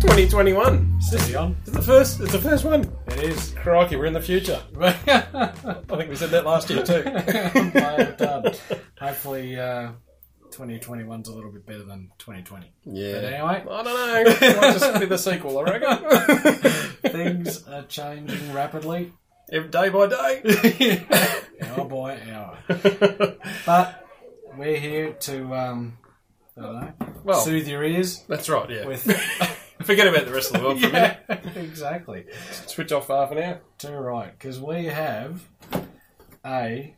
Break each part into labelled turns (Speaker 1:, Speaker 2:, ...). Speaker 1: 21. It's
Speaker 2: Steady on.
Speaker 1: the first, it's the first one.
Speaker 2: It is.
Speaker 1: Crikey, we're in the future. I think we said that last year too.
Speaker 2: Well done. Hopefully, uh, 2021's a little bit better than 2020. But
Speaker 1: Yeah.
Speaker 2: anyway,
Speaker 1: I don't know. It might just be the sequel, I reckon.
Speaker 2: things are changing rapidly.
Speaker 1: Every day by day.
Speaker 2: Hour by hour. But we're here to, um, I don't know,
Speaker 1: Well-
Speaker 2: soothe your ears
Speaker 1: That's right, yeah.
Speaker 2: with.
Speaker 1: Forget about the rest of the world for a minute.
Speaker 2: exactly.
Speaker 1: Switch off for half an hour.
Speaker 2: Too right, because we have a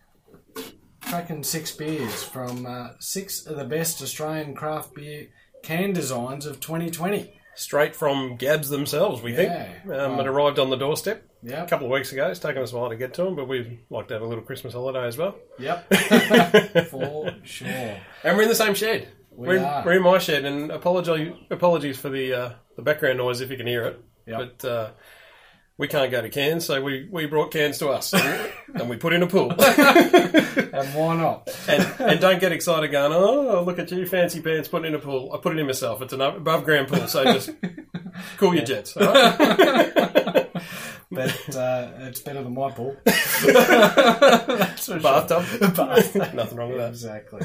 Speaker 2: cracking six beers from uh, six of the best Australian craft beer can designs of 2020.
Speaker 1: Straight from Gabs themselves, we
Speaker 2: Yeah.
Speaker 1: think. Um, It arrived on the doorstep a
Speaker 2: Yep.
Speaker 1: couple of weeks ago. It's taken us a while to get to them, but we'd like to have a little Christmas holiday as well.
Speaker 2: Yep. For sure.
Speaker 1: And we're in the same shed.
Speaker 2: We
Speaker 1: are in,
Speaker 2: are.
Speaker 1: we're in my shed, and apology, apologies for the uh, the background noise if you can hear it.
Speaker 2: Yep.
Speaker 1: But uh, we can't go to Cairns, so we, we brought Cairns to us, and we put in a pool.
Speaker 2: And why not?
Speaker 1: and, and don't get excited going, oh, look at you, fancy pants, putting in a pool. I put it in myself. It's an above ground pool, so just cool your jets. All right?
Speaker 2: But uh, it's better than my pool. That's for
Speaker 1: Bathtub.
Speaker 2: Bathtub.
Speaker 1: Nothing wrong with that.
Speaker 2: Exactly.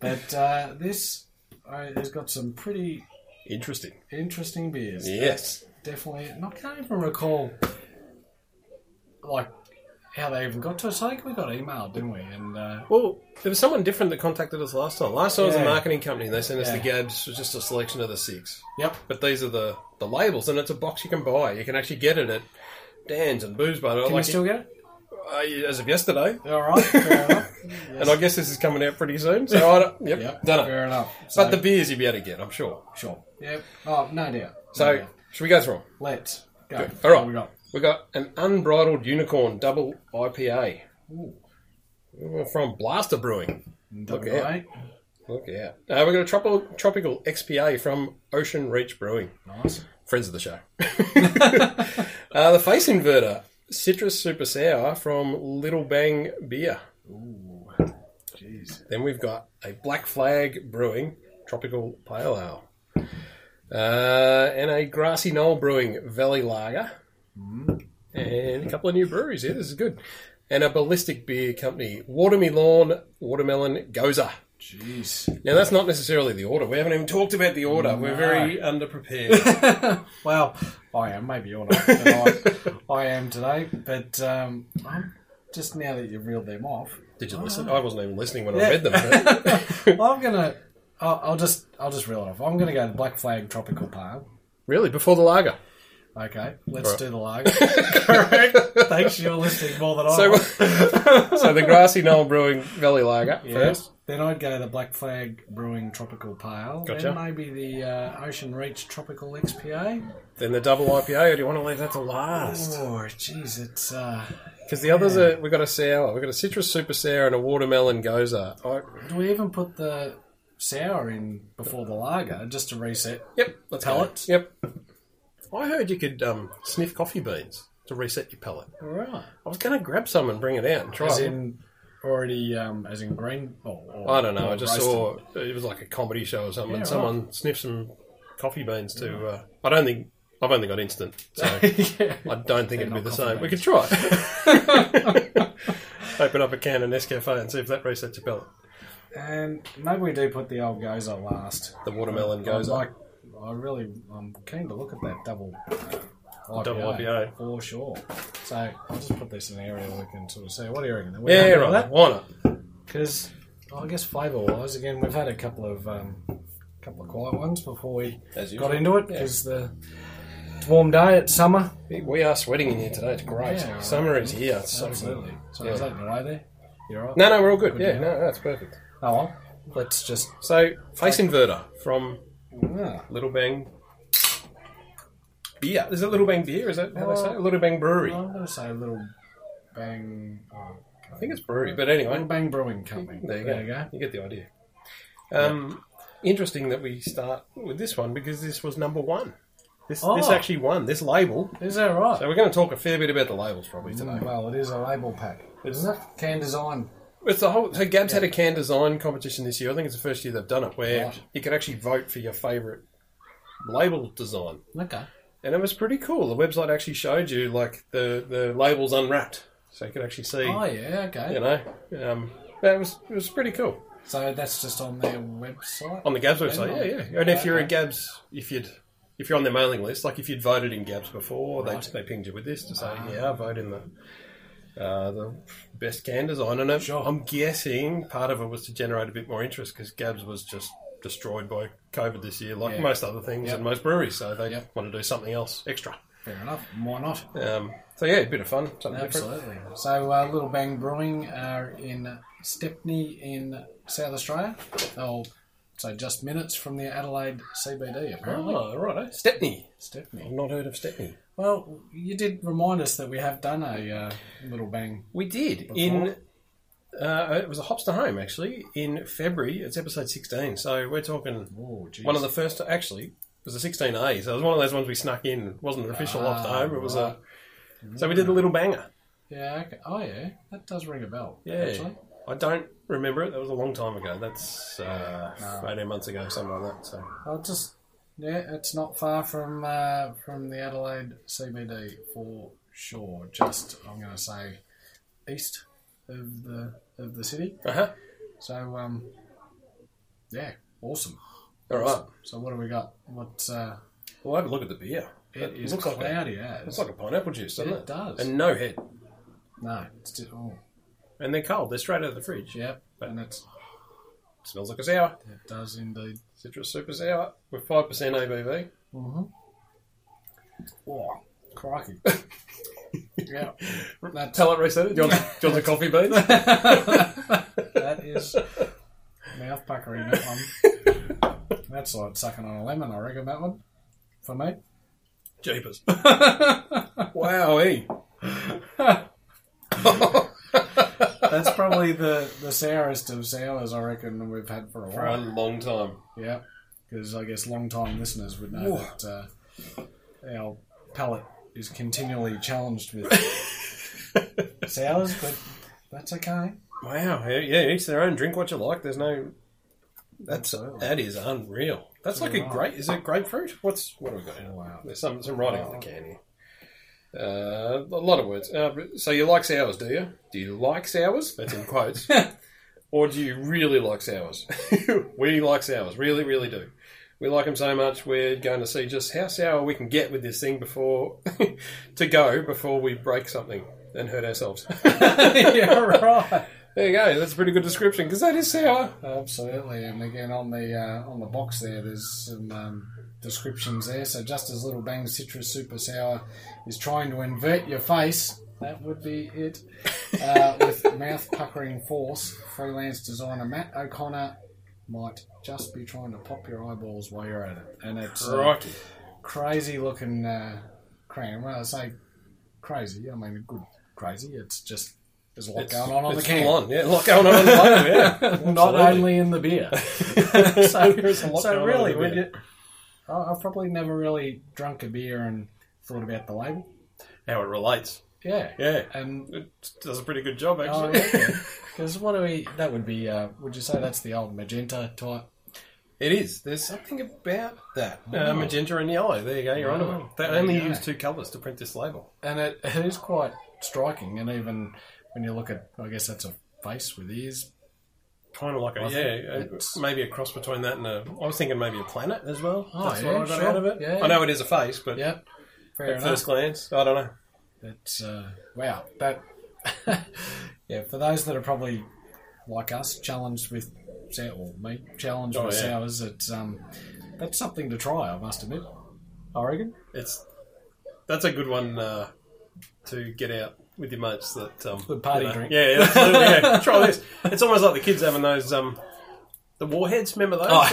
Speaker 2: But uh, this uh, has got some pretty
Speaker 1: Interesting.
Speaker 2: interesting beers.
Speaker 1: Yes.
Speaker 2: Definitely. And I can't even recall, like, how they even got to us. I think we got emailed, didn't we? And uh,
Speaker 1: Well, there was someone different that contacted us last time. Last time was a
Speaker 2: Yeah.
Speaker 1: marketing company, and they sent us the
Speaker 2: Yeah.
Speaker 1: Gabs, it was just a selection of the six.
Speaker 2: yep,
Speaker 1: But these are the, the labels, and it's a box you can buy. You can actually get it at Dan's and Booze Bar.
Speaker 2: can
Speaker 1: like
Speaker 2: you still get it?
Speaker 1: uh, as of yesterday.
Speaker 2: All right, fair enough.
Speaker 1: And I guess this is coming out pretty soon, so I don't, yep,
Speaker 2: Yep,
Speaker 1: done it.
Speaker 2: fair enough. So,
Speaker 1: But the beers you'll be able to get, I'm sure.
Speaker 2: sure. Yep. Oh, no doubt.
Speaker 1: So,
Speaker 2: No doubt.
Speaker 1: should we go through 'em?
Speaker 2: let's go.
Speaker 1: All right.
Speaker 2: What we got?
Speaker 1: We got an unbridled unicorn double IPA
Speaker 2: Ooh,
Speaker 1: Ooh, from Blaster Brewing.
Speaker 2: double
Speaker 1: out.
Speaker 2: eight.
Speaker 1: Look out! Uh, we got a tropical, tropical XPA from Ocean Reach Brewing,
Speaker 2: Nice.
Speaker 1: friends of the show. uh, the face inverter, citrus super sour from Little Bang Beer.
Speaker 2: Ooh, jeez.
Speaker 1: Then we've got a Black Flag Brewing tropical pale ale, uh, and a Grassy Knoll Brewing Valley Lager, and a couple of new breweries. Yeah, this is good. And a ballistic beer company, Watermelon Watermelon Goza.
Speaker 2: Jeez.
Speaker 1: Now that's not necessarily the order. We haven't even talked about the order. We're very underprepared.
Speaker 2: Well, I am. Maybe you're not. but I, I am today. But um, I'm just now that you've reeled them off,
Speaker 1: Did you listen? I wasn't even listening when
Speaker 2: Yeah.
Speaker 1: I read them. but-
Speaker 2: I'm gonna. I'll, I'll just. I'll just reel it off. I'm gonna go to Black Flag Tropical Palm.
Speaker 1: really, before the lager.
Speaker 2: Okay, let's
Speaker 1: Right.
Speaker 2: do the lager. Correct. Thanks, you're listening more than I.
Speaker 1: So,
Speaker 2: was.
Speaker 1: so the Grassy Knoll Brewing Valley Lager first.
Speaker 2: Then I'd go to the Black Flag Brewing Tropical Pale.
Speaker 1: Gotcha.
Speaker 2: Then maybe the uh, Ocean Reach Tropical XPA.
Speaker 1: Then the double IPA. Or do you want to leave that to last?
Speaker 2: Oh, jeez, it's uh,
Speaker 1: Because the others are, we've got a sour, we've got a citrus super sour and a watermelon goza. I,
Speaker 2: Do we even put the sour in before the lager just to reset?
Speaker 1: yep, let's
Speaker 2: Pellets?
Speaker 1: Go. Yep. I heard you could um, sniff coffee beans to reset your pellet.
Speaker 2: Right.
Speaker 1: I was going to grab some and bring it out and try.
Speaker 2: As
Speaker 1: it.
Speaker 2: in already, um, as in green. Or, or,
Speaker 1: I don't know.
Speaker 2: or
Speaker 1: I just
Speaker 2: roasted.
Speaker 1: saw it was like a comedy show or something.
Speaker 2: Yeah,
Speaker 1: and someone sniffed some coffee beans to. Uh, I don't think I've only got instant, so I
Speaker 2: yeah.
Speaker 1: don't think it'd be
Speaker 2: not
Speaker 1: the
Speaker 2: coffee
Speaker 1: same. We could try. Open up a can of Nescafe and see if that resets your pellet.
Speaker 2: And maybe we do put the old gozer last.
Speaker 1: The watermelon goes
Speaker 2: I
Speaker 1: like
Speaker 2: like. I really, I'm keen to look at that double. IPA,
Speaker 1: double IPA.
Speaker 2: for sure. So I'll just put this in an area we can sort of see. What do you reckon?
Speaker 1: yeah, right. Why not?
Speaker 2: Because I guess flavour wise, again, we've had a couple of um, couple of quiet ones before we
Speaker 1: As usual.
Speaker 2: got into it because the it's a warm day, it's summer.
Speaker 1: We are sweating in here today. It's great.
Speaker 2: Yeah,
Speaker 1: Summer is here. It's so
Speaker 2: Absolutely. So
Speaker 1: Yeah.
Speaker 2: is that your way there? You're right.
Speaker 1: No, no, we're all good. yeah,
Speaker 2: to
Speaker 1: no, that's perfect.
Speaker 2: Oh well, let's just.
Speaker 1: So, face inverter from
Speaker 2: Ah,
Speaker 1: Little Bang Beer. Is it Little Bang Beer? Is that how they say it? Little Bang Brewery.
Speaker 2: I'm going to say Little Bang. Oh,
Speaker 1: I think it's brewery, but
Speaker 2: Little
Speaker 1: anyway,
Speaker 2: Bang Brewing Company.
Speaker 1: there you go. You get the idea. Um, Interesting that we start with this one because this was number one. This this
Speaker 2: Oh.
Speaker 1: actually won this label.
Speaker 2: Is that right?
Speaker 1: So we're going to talk a fair bit about the labels probably today.
Speaker 2: Well, it is a label pack, isn't it? Can design.
Speaker 1: It's the whole. So Gabs had a can design competition this year. I think it's the first year they've done it, where you could actually vote for your favourite label design,
Speaker 2: Okay.
Speaker 1: and it was pretty cool. The website actually showed you like the the labels unwrapped, so you could actually see.
Speaker 2: Oh yeah. Okay.
Speaker 1: You know, um, that was it was pretty cool
Speaker 2: So that's just on their website.
Speaker 1: on the Gabs website. Yeah, yeah. And if you're a Gabs, if you'd if you're on their mailing list, like if you'd voted in Gabs before, they they pinged you with this to say,
Speaker 2: Ah.
Speaker 1: yeah, I vote in the. Uh, the best can design, and it-
Speaker 2: Sure.
Speaker 1: I'm guessing part of it was to generate a bit more interest because Gabs was just destroyed by COVID this year, like
Speaker 2: Yeah.
Speaker 1: most other things
Speaker 2: Yep.
Speaker 1: and most breweries. So they
Speaker 2: Yep.
Speaker 1: want to do something else extra.
Speaker 2: Fair enough. Why not?
Speaker 1: Um, so yeah, a bit of fun, something different.
Speaker 2: Absolutely. So, uh, Little Bang Brewing are in Stepney in South Australia. Oh, so just minutes from the Adelaide CBD, apparently.
Speaker 1: Oh, right, eh? Stepney.
Speaker 2: Stepney.
Speaker 1: I've not heard of Stepney.
Speaker 2: Well, you did remind us that we have done a uh, Little Bang.
Speaker 1: We did in. Uh, it was a Hopster Home actually in February. It's episode sixteen, so we're talking
Speaker 2: Oh, geez.
Speaker 1: one of the first. Actually, it was a sixteen A, so it was one of those ones we snuck in. It wasn't an official
Speaker 2: Ah,
Speaker 1: Hopster Home. It was a. So we did a little banger.
Speaker 2: Yeah. Okay. Oh, yeah. That does ring a bell.
Speaker 1: Yeah,
Speaker 2: Actually.
Speaker 1: I don't remember it. That was a long time ago. That's uh,
Speaker 2: Ah.
Speaker 1: eighteen months ago, something like that. So
Speaker 2: I'll just. Yeah, it's not far from uh, from the Adelaide CBD for sure. Just I'm going to say east of the of the city.
Speaker 1: uh-huh.
Speaker 2: So, um, yeah, awesome.
Speaker 1: all right.
Speaker 2: So, what do we got? What uh,
Speaker 1: Well, have a look at the beer.
Speaker 2: it is
Speaker 1: looks like a-
Speaker 2: cloudy
Speaker 1: It's
Speaker 2: as
Speaker 1: like a pineapple juice, doesn't it?
Speaker 2: It does.
Speaker 1: And no head.
Speaker 2: no, it's just, oh,
Speaker 1: And they're cold. They're straight out of the fridge.
Speaker 2: yep, and it's
Speaker 1: Smells like a sour.
Speaker 2: it does indeed.
Speaker 1: Citrus super sour with five percent ABV.
Speaker 2: Mm-hmm. Oh, crikey! yeah, that's
Speaker 1: Tell it, reset it. Do you want, do you want the coffee beans?
Speaker 2: that is mouth puckering that one. That's like sucking on a lemon, I reckon that one for me.
Speaker 1: Jeepers! wow,
Speaker 2: That's probably the the sourest of sours I reckon we've had for a
Speaker 1: for a
Speaker 2: while.
Speaker 1: long time.
Speaker 2: Yeah, because I guess long-time listeners would know
Speaker 1: Whoa.
Speaker 2: that uh, our palate is continually challenged with sours, but that's okay.
Speaker 1: Wow, yeah, yeah, each their own. Drink what you like. There's no. That's
Speaker 2: Absolutely.
Speaker 1: that is unreal. That's like a
Speaker 2: Wow.
Speaker 1: grape. Is it grapefruit? What's what have we got here?
Speaker 2: Wow.
Speaker 1: There's some some writing on the can here. Uh, a lot of words. Uh, so you like sours, do you? Do you like sours? That's in quotes. or do you really like sours? we like sours, really, really do. We like them so much. We're going to see just how sour we can get with this thing before to go before we break something and hurt ourselves.
Speaker 2: yeah, right.
Speaker 1: There you go. That's a pretty good description because that is sour.
Speaker 2: Absolutely, and again on the uh, on the box there, there's some um, descriptions there. So just as Little Bang Citrus Super Sour is trying to invert your face, that would be it. Uh, with mouth puckering force, freelance designer Matt O'Connor might just be trying to pop your eyeballs while you're at it, and it's a
Speaker 1: Crikey.
Speaker 2: crazy looking uh, crayon. When I say crazy, I mean good crazy. It's just there's a lot going on on the
Speaker 1: It's
Speaker 2: can
Speaker 1: full on, yeah, a lot going on on the bottom, yeah.
Speaker 2: not
Speaker 1: Absolutely.
Speaker 2: only in the beer.
Speaker 1: There's a
Speaker 2: so,
Speaker 1: lot
Speaker 2: so
Speaker 1: going on
Speaker 2: really,
Speaker 1: in the
Speaker 2: when
Speaker 1: beer.
Speaker 2: you, I- I've probably never really drunk a beer and thought about the label.
Speaker 1: how it relates.
Speaker 2: Yeah,
Speaker 1: Yeah,
Speaker 2: and
Speaker 1: it does a pretty good job
Speaker 2: oh,
Speaker 1: actually.
Speaker 2: because what do we? That would be. Uh, would you say that's the old magenta type?
Speaker 1: It is. There's something about that uh, magenta and yellow. There you go. You're onto it. They
Speaker 2: there
Speaker 1: only
Speaker 2: you go.
Speaker 1: use two colours to print this label.
Speaker 2: and it, it is quite striking. And even when you look at, I guess that's a face with ears.
Speaker 1: Kind of like a yeah,
Speaker 2: think it's-
Speaker 1: a, maybe a cross between that and a. I was thinking maybe a planet as well.
Speaker 2: Oh,
Speaker 1: That's
Speaker 2: yeah,
Speaker 1: what I got
Speaker 2: sure.
Speaker 1: out of it.
Speaker 2: Yeah.
Speaker 1: I know it is a face, but
Speaker 2: Yep, fair
Speaker 1: at
Speaker 2: enough.
Speaker 1: first glance, I don't know.
Speaker 2: It's uh, wow. That yeah. For those that are probably like us, challenged with sou- or me, challenged
Speaker 1: Oh,
Speaker 2: with
Speaker 1: yeah.
Speaker 2: sours, it's um, that's something to try. I must admit. I reckon.
Speaker 1: It's that's a good one uh, to get out with your mates. That um,
Speaker 2: The party
Speaker 1: you know.
Speaker 2: drink.
Speaker 1: Yeah, yeah, absolutely, yeah. Try this. It's almost like the kids having those um, the warheads. Remember those?
Speaker 2: Oh.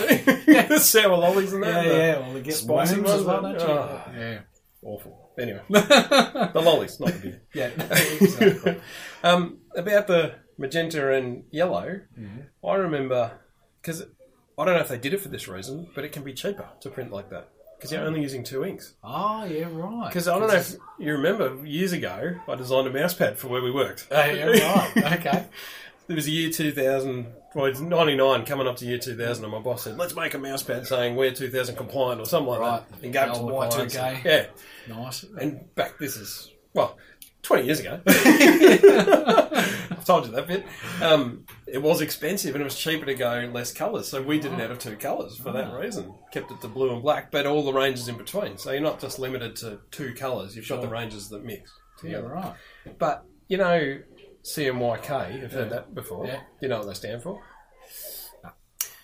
Speaker 1: the sour lollies and that. the-
Speaker 2: Well, they get
Speaker 1: Spicy
Speaker 2: worms as well,
Speaker 1: ones,
Speaker 2: don't you?
Speaker 1: oh.
Speaker 2: Yeah.
Speaker 1: Awful. Anyway, the lollies, not the beer.
Speaker 2: Yeah. exactly.
Speaker 1: Um, about the magenta and yellow,
Speaker 2: Mm-hmm.
Speaker 1: I remember because I don't know if they did it for this reason, but it can be cheaper to print like that because you're only using two inks.
Speaker 2: Oh yeah, right.
Speaker 1: Because I don't know if you remember years ago, I designed a mouse pad for where we worked.
Speaker 2: Oh, yeah, right. Okay.
Speaker 1: It was the year 2000, well, it's 99 coming up to year 2000, and my boss said, let's make a mouse pad saying we're 2000 compliant or something like that.
Speaker 2: Right.
Speaker 1: And gave it
Speaker 2: The
Speaker 1: to the
Speaker 2: old
Speaker 1: clients.
Speaker 2: Y2K.
Speaker 1: Yeah.
Speaker 2: Nice.
Speaker 1: And back, this is, well, 20 years ago. I've told you that bit. Um, it was expensive and it was cheaper to go less colours. So we did it out of two colours for that reason. Kept it to blue and black, but all the ranges in between. So you're not just limited to two colours. You've got the ranges that mix
Speaker 2: Yeah,
Speaker 1: together.
Speaker 2: right.
Speaker 1: But you know, CMYK. You've heard that before.
Speaker 2: Yeah.
Speaker 1: You know what they stand for.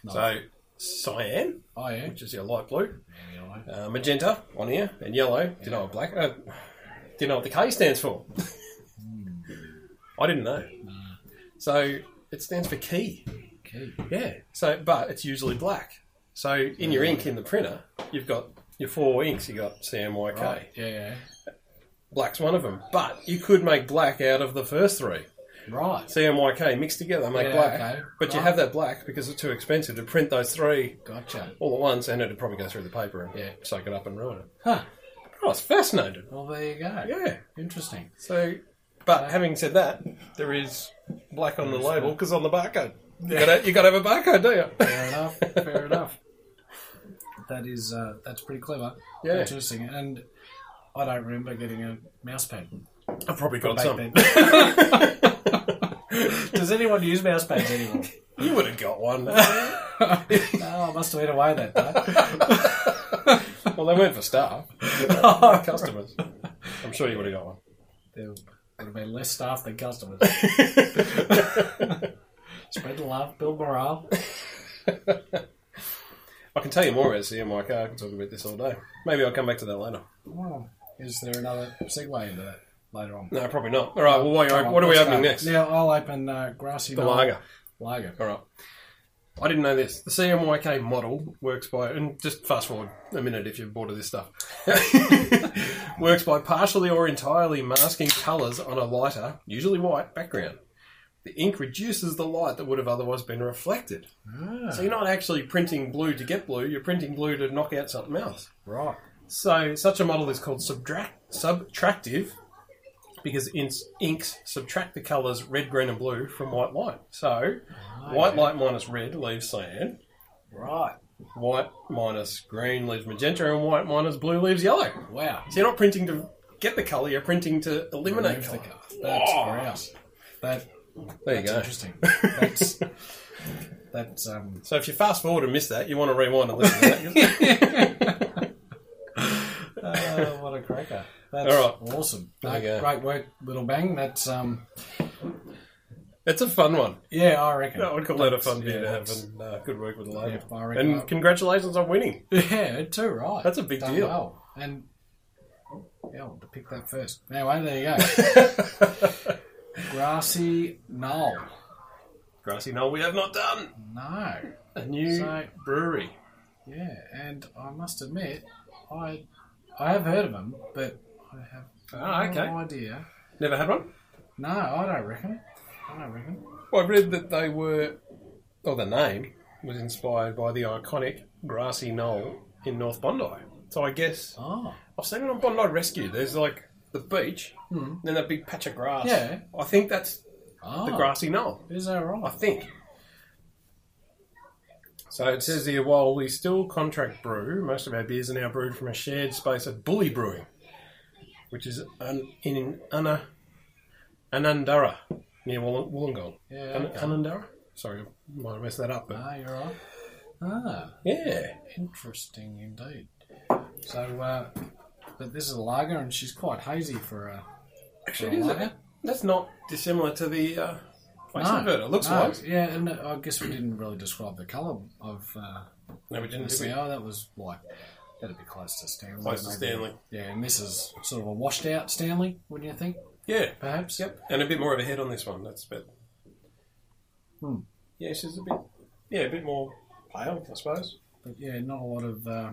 Speaker 2: No.
Speaker 1: So cyan,
Speaker 2: Oh, yeah.
Speaker 1: which is your light blue,
Speaker 2: Yellow.
Speaker 1: uh, magenta on here, and yellow. Do you know what black? Uh, do you know what the K stands for?
Speaker 2: Hmm.
Speaker 1: I didn't know. So it stands for key.
Speaker 2: Key.
Speaker 1: Yeah. So, but it's usually black. So in
Speaker 2: Hmm.
Speaker 1: your ink in the printer, you've got your four inks. You got CMYK.
Speaker 2: Right. Yeah, yeah.
Speaker 1: Black's one of them. But you could make black out of the first three.
Speaker 2: Right.
Speaker 1: CMYK mixed together, make
Speaker 2: Yeah,
Speaker 1: black.
Speaker 2: okay.
Speaker 1: But you
Speaker 2: Right.
Speaker 1: have that black because it's too expensive to print those three
Speaker 2: Gotcha.
Speaker 1: all at once, and it'd probably go through the paper and
Speaker 2: Yeah.
Speaker 1: soak it up and ruin it.
Speaker 2: Huh.
Speaker 1: I was fascinated.
Speaker 2: Well, there you go.
Speaker 1: Yeah.
Speaker 2: Interesting.
Speaker 1: So, but having said that, there is black on the label because on the barcode, you gotta, you gotta have a barcode, do you?
Speaker 2: Fair enough. Fair enough. That is, uh, that's pretty clever.
Speaker 1: Yeah.
Speaker 2: Interesting. And I don't remember getting a mouse pad.
Speaker 1: I've probably got
Speaker 2: Back
Speaker 1: some.
Speaker 2: then. Does anyone use mouse pads anymore?
Speaker 1: You would have got one.
Speaker 2: No, I must have been away that day.
Speaker 1: well, they weren't for staff, for customers. I'm sure you would have got one.
Speaker 2: There would have been less staff than customers. Spread the love, build morale.
Speaker 1: I can tell you more about CMYK. I can talk about this all day. Maybe I'll come back to that later.
Speaker 2: Well, is there another segue into that later on?
Speaker 1: No, probably not. All right. Well, what are, what are we
Speaker 2: Let's
Speaker 1: opening
Speaker 2: go.
Speaker 1: next?
Speaker 2: Yeah, I'll open uh, Grassy
Speaker 1: The
Speaker 2: Knoll
Speaker 1: lager.
Speaker 2: Lager.
Speaker 1: All right. I didn't know this. The CMYK model works by, and just fast forward a minute if you're bored of this stuff. works by partially or entirely masking colours on a lighter, usually white, background. The ink reduces the light that would have otherwise been reflected.
Speaker 2: Ah,
Speaker 1: So you're not actually printing blue to get blue, you're printing blue to knock out something else.
Speaker 2: Right.
Speaker 1: So, such a model is called subtract, subtractive because ins- inks subtract the colours red, green, and blue from white light. So, white light minus red leaves cyan,
Speaker 2: Right.
Speaker 1: white minus green leaves magenta, and white minus blue leaves yellow.
Speaker 2: Wow.
Speaker 1: So, you're not printing to get the colour, you're printing to eliminate
Speaker 2: That's
Speaker 1: colour. Oh. Wow.
Speaker 2: grouse. That,
Speaker 1: There you
Speaker 2: that's
Speaker 1: go.
Speaker 2: interesting. That's, that's um,
Speaker 1: So, if you fast forward and miss that, you want to rewind and listen to that.
Speaker 2: uh, what a cracker. That's
Speaker 1: All
Speaker 2: awesome.
Speaker 1: There you
Speaker 2: No,
Speaker 1: go.
Speaker 2: Great work, Little Bang. That's, um,
Speaker 1: it's a fun one.
Speaker 2: yeah, I reckon.
Speaker 1: I would call that a fun
Speaker 2: That's-
Speaker 1: beer to
Speaker 2: yeah,
Speaker 1: have, and uh, good work with the label.
Speaker 2: Yeah, I reckon
Speaker 1: and
Speaker 2: I-
Speaker 1: congratulations on winning.
Speaker 2: Yeah, it too, right.
Speaker 1: That's a big
Speaker 2: Done
Speaker 1: deal.
Speaker 2: Well. And yeah, I'll pick that first. Anyway, there you go. Grassy Knoll.
Speaker 1: Grassy Knoll, we have not done.
Speaker 2: No.
Speaker 1: A new
Speaker 2: So-
Speaker 1: brewery.
Speaker 2: Yeah, and I must admit, I I have heard of them, but I have
Speaker 1: Ah,
Speaker 2: no
Speaker 1: okay.
Speaker 2: idea.
Speaker 1: Never had one.
Speaker 2: No, I don't reckon. I don't reckon.
Speaker 1: Well, I read that they were, or the name was inspired by the iconic grassy knoll in North Bondi. So I guess
Speaker 2: Oh,
Speaker 1: I've seen it on Bondi Rescue. There's like the beach, then that big patch of grass.
Speaker 2: Yeah.
Speaker 1: I think that's
Speaker 2: oh.
Speaker 1: the grassy knoll.
Speaker 2: Is that
Speaker 1: I
Speaker 2: right?
Speaker 1: think. So it says here, while we still contract brew, most of our beers are now brewed from a shared space at Bully Brewing, which is un, in Anna, Anandara, near Woll- Wollongong.
Speaker 2: Yeah.
Speaker 1: An-
Speaker 2: okay.
Speaker 1: Anandara? Sorry, I might have messed that up. But
Speaker 2: Ah, you're right. Ah,
Speaker 1: yeah.
Speaker 2: interesting indeed. So, uh, but this is a lager, and she's quite hazy for a.
Speaker 1: Actually, is
Speaker 2: lager?
Speaker 1: it? That's not dissimilar to the uh, face
Speaker 2: No,
Speaker 1: inverter. Looks
Speaker 2: no,
Speaker 1: like.
Speaker 2: Yeah, and I guess we didn't really describe the colour of uh,
Speaker 1: No, we didn't.
Speaker 2: the
Speaker 1: Did we?
Speaker 2: CO. That was like, that'd be close to Stanley.
Speaker 1: Close to
Speaker 2: maybe.
Speaker 1: Stanley.
Speaker 2: Yeah, and this is sort of a washed out Stanley, wouldn't you think?
Speaker 1: Yeah.
Speaker 2: Perhaps?
Speaker 1: Yep, and a bit more of a head on this one. That's about.
Speaker 2: Hmm.
Speaker 1: Yeah, she's a bit. Yeah, a bit more pale, I suppose.
Speaker 2: But yeah, not a lot of uh,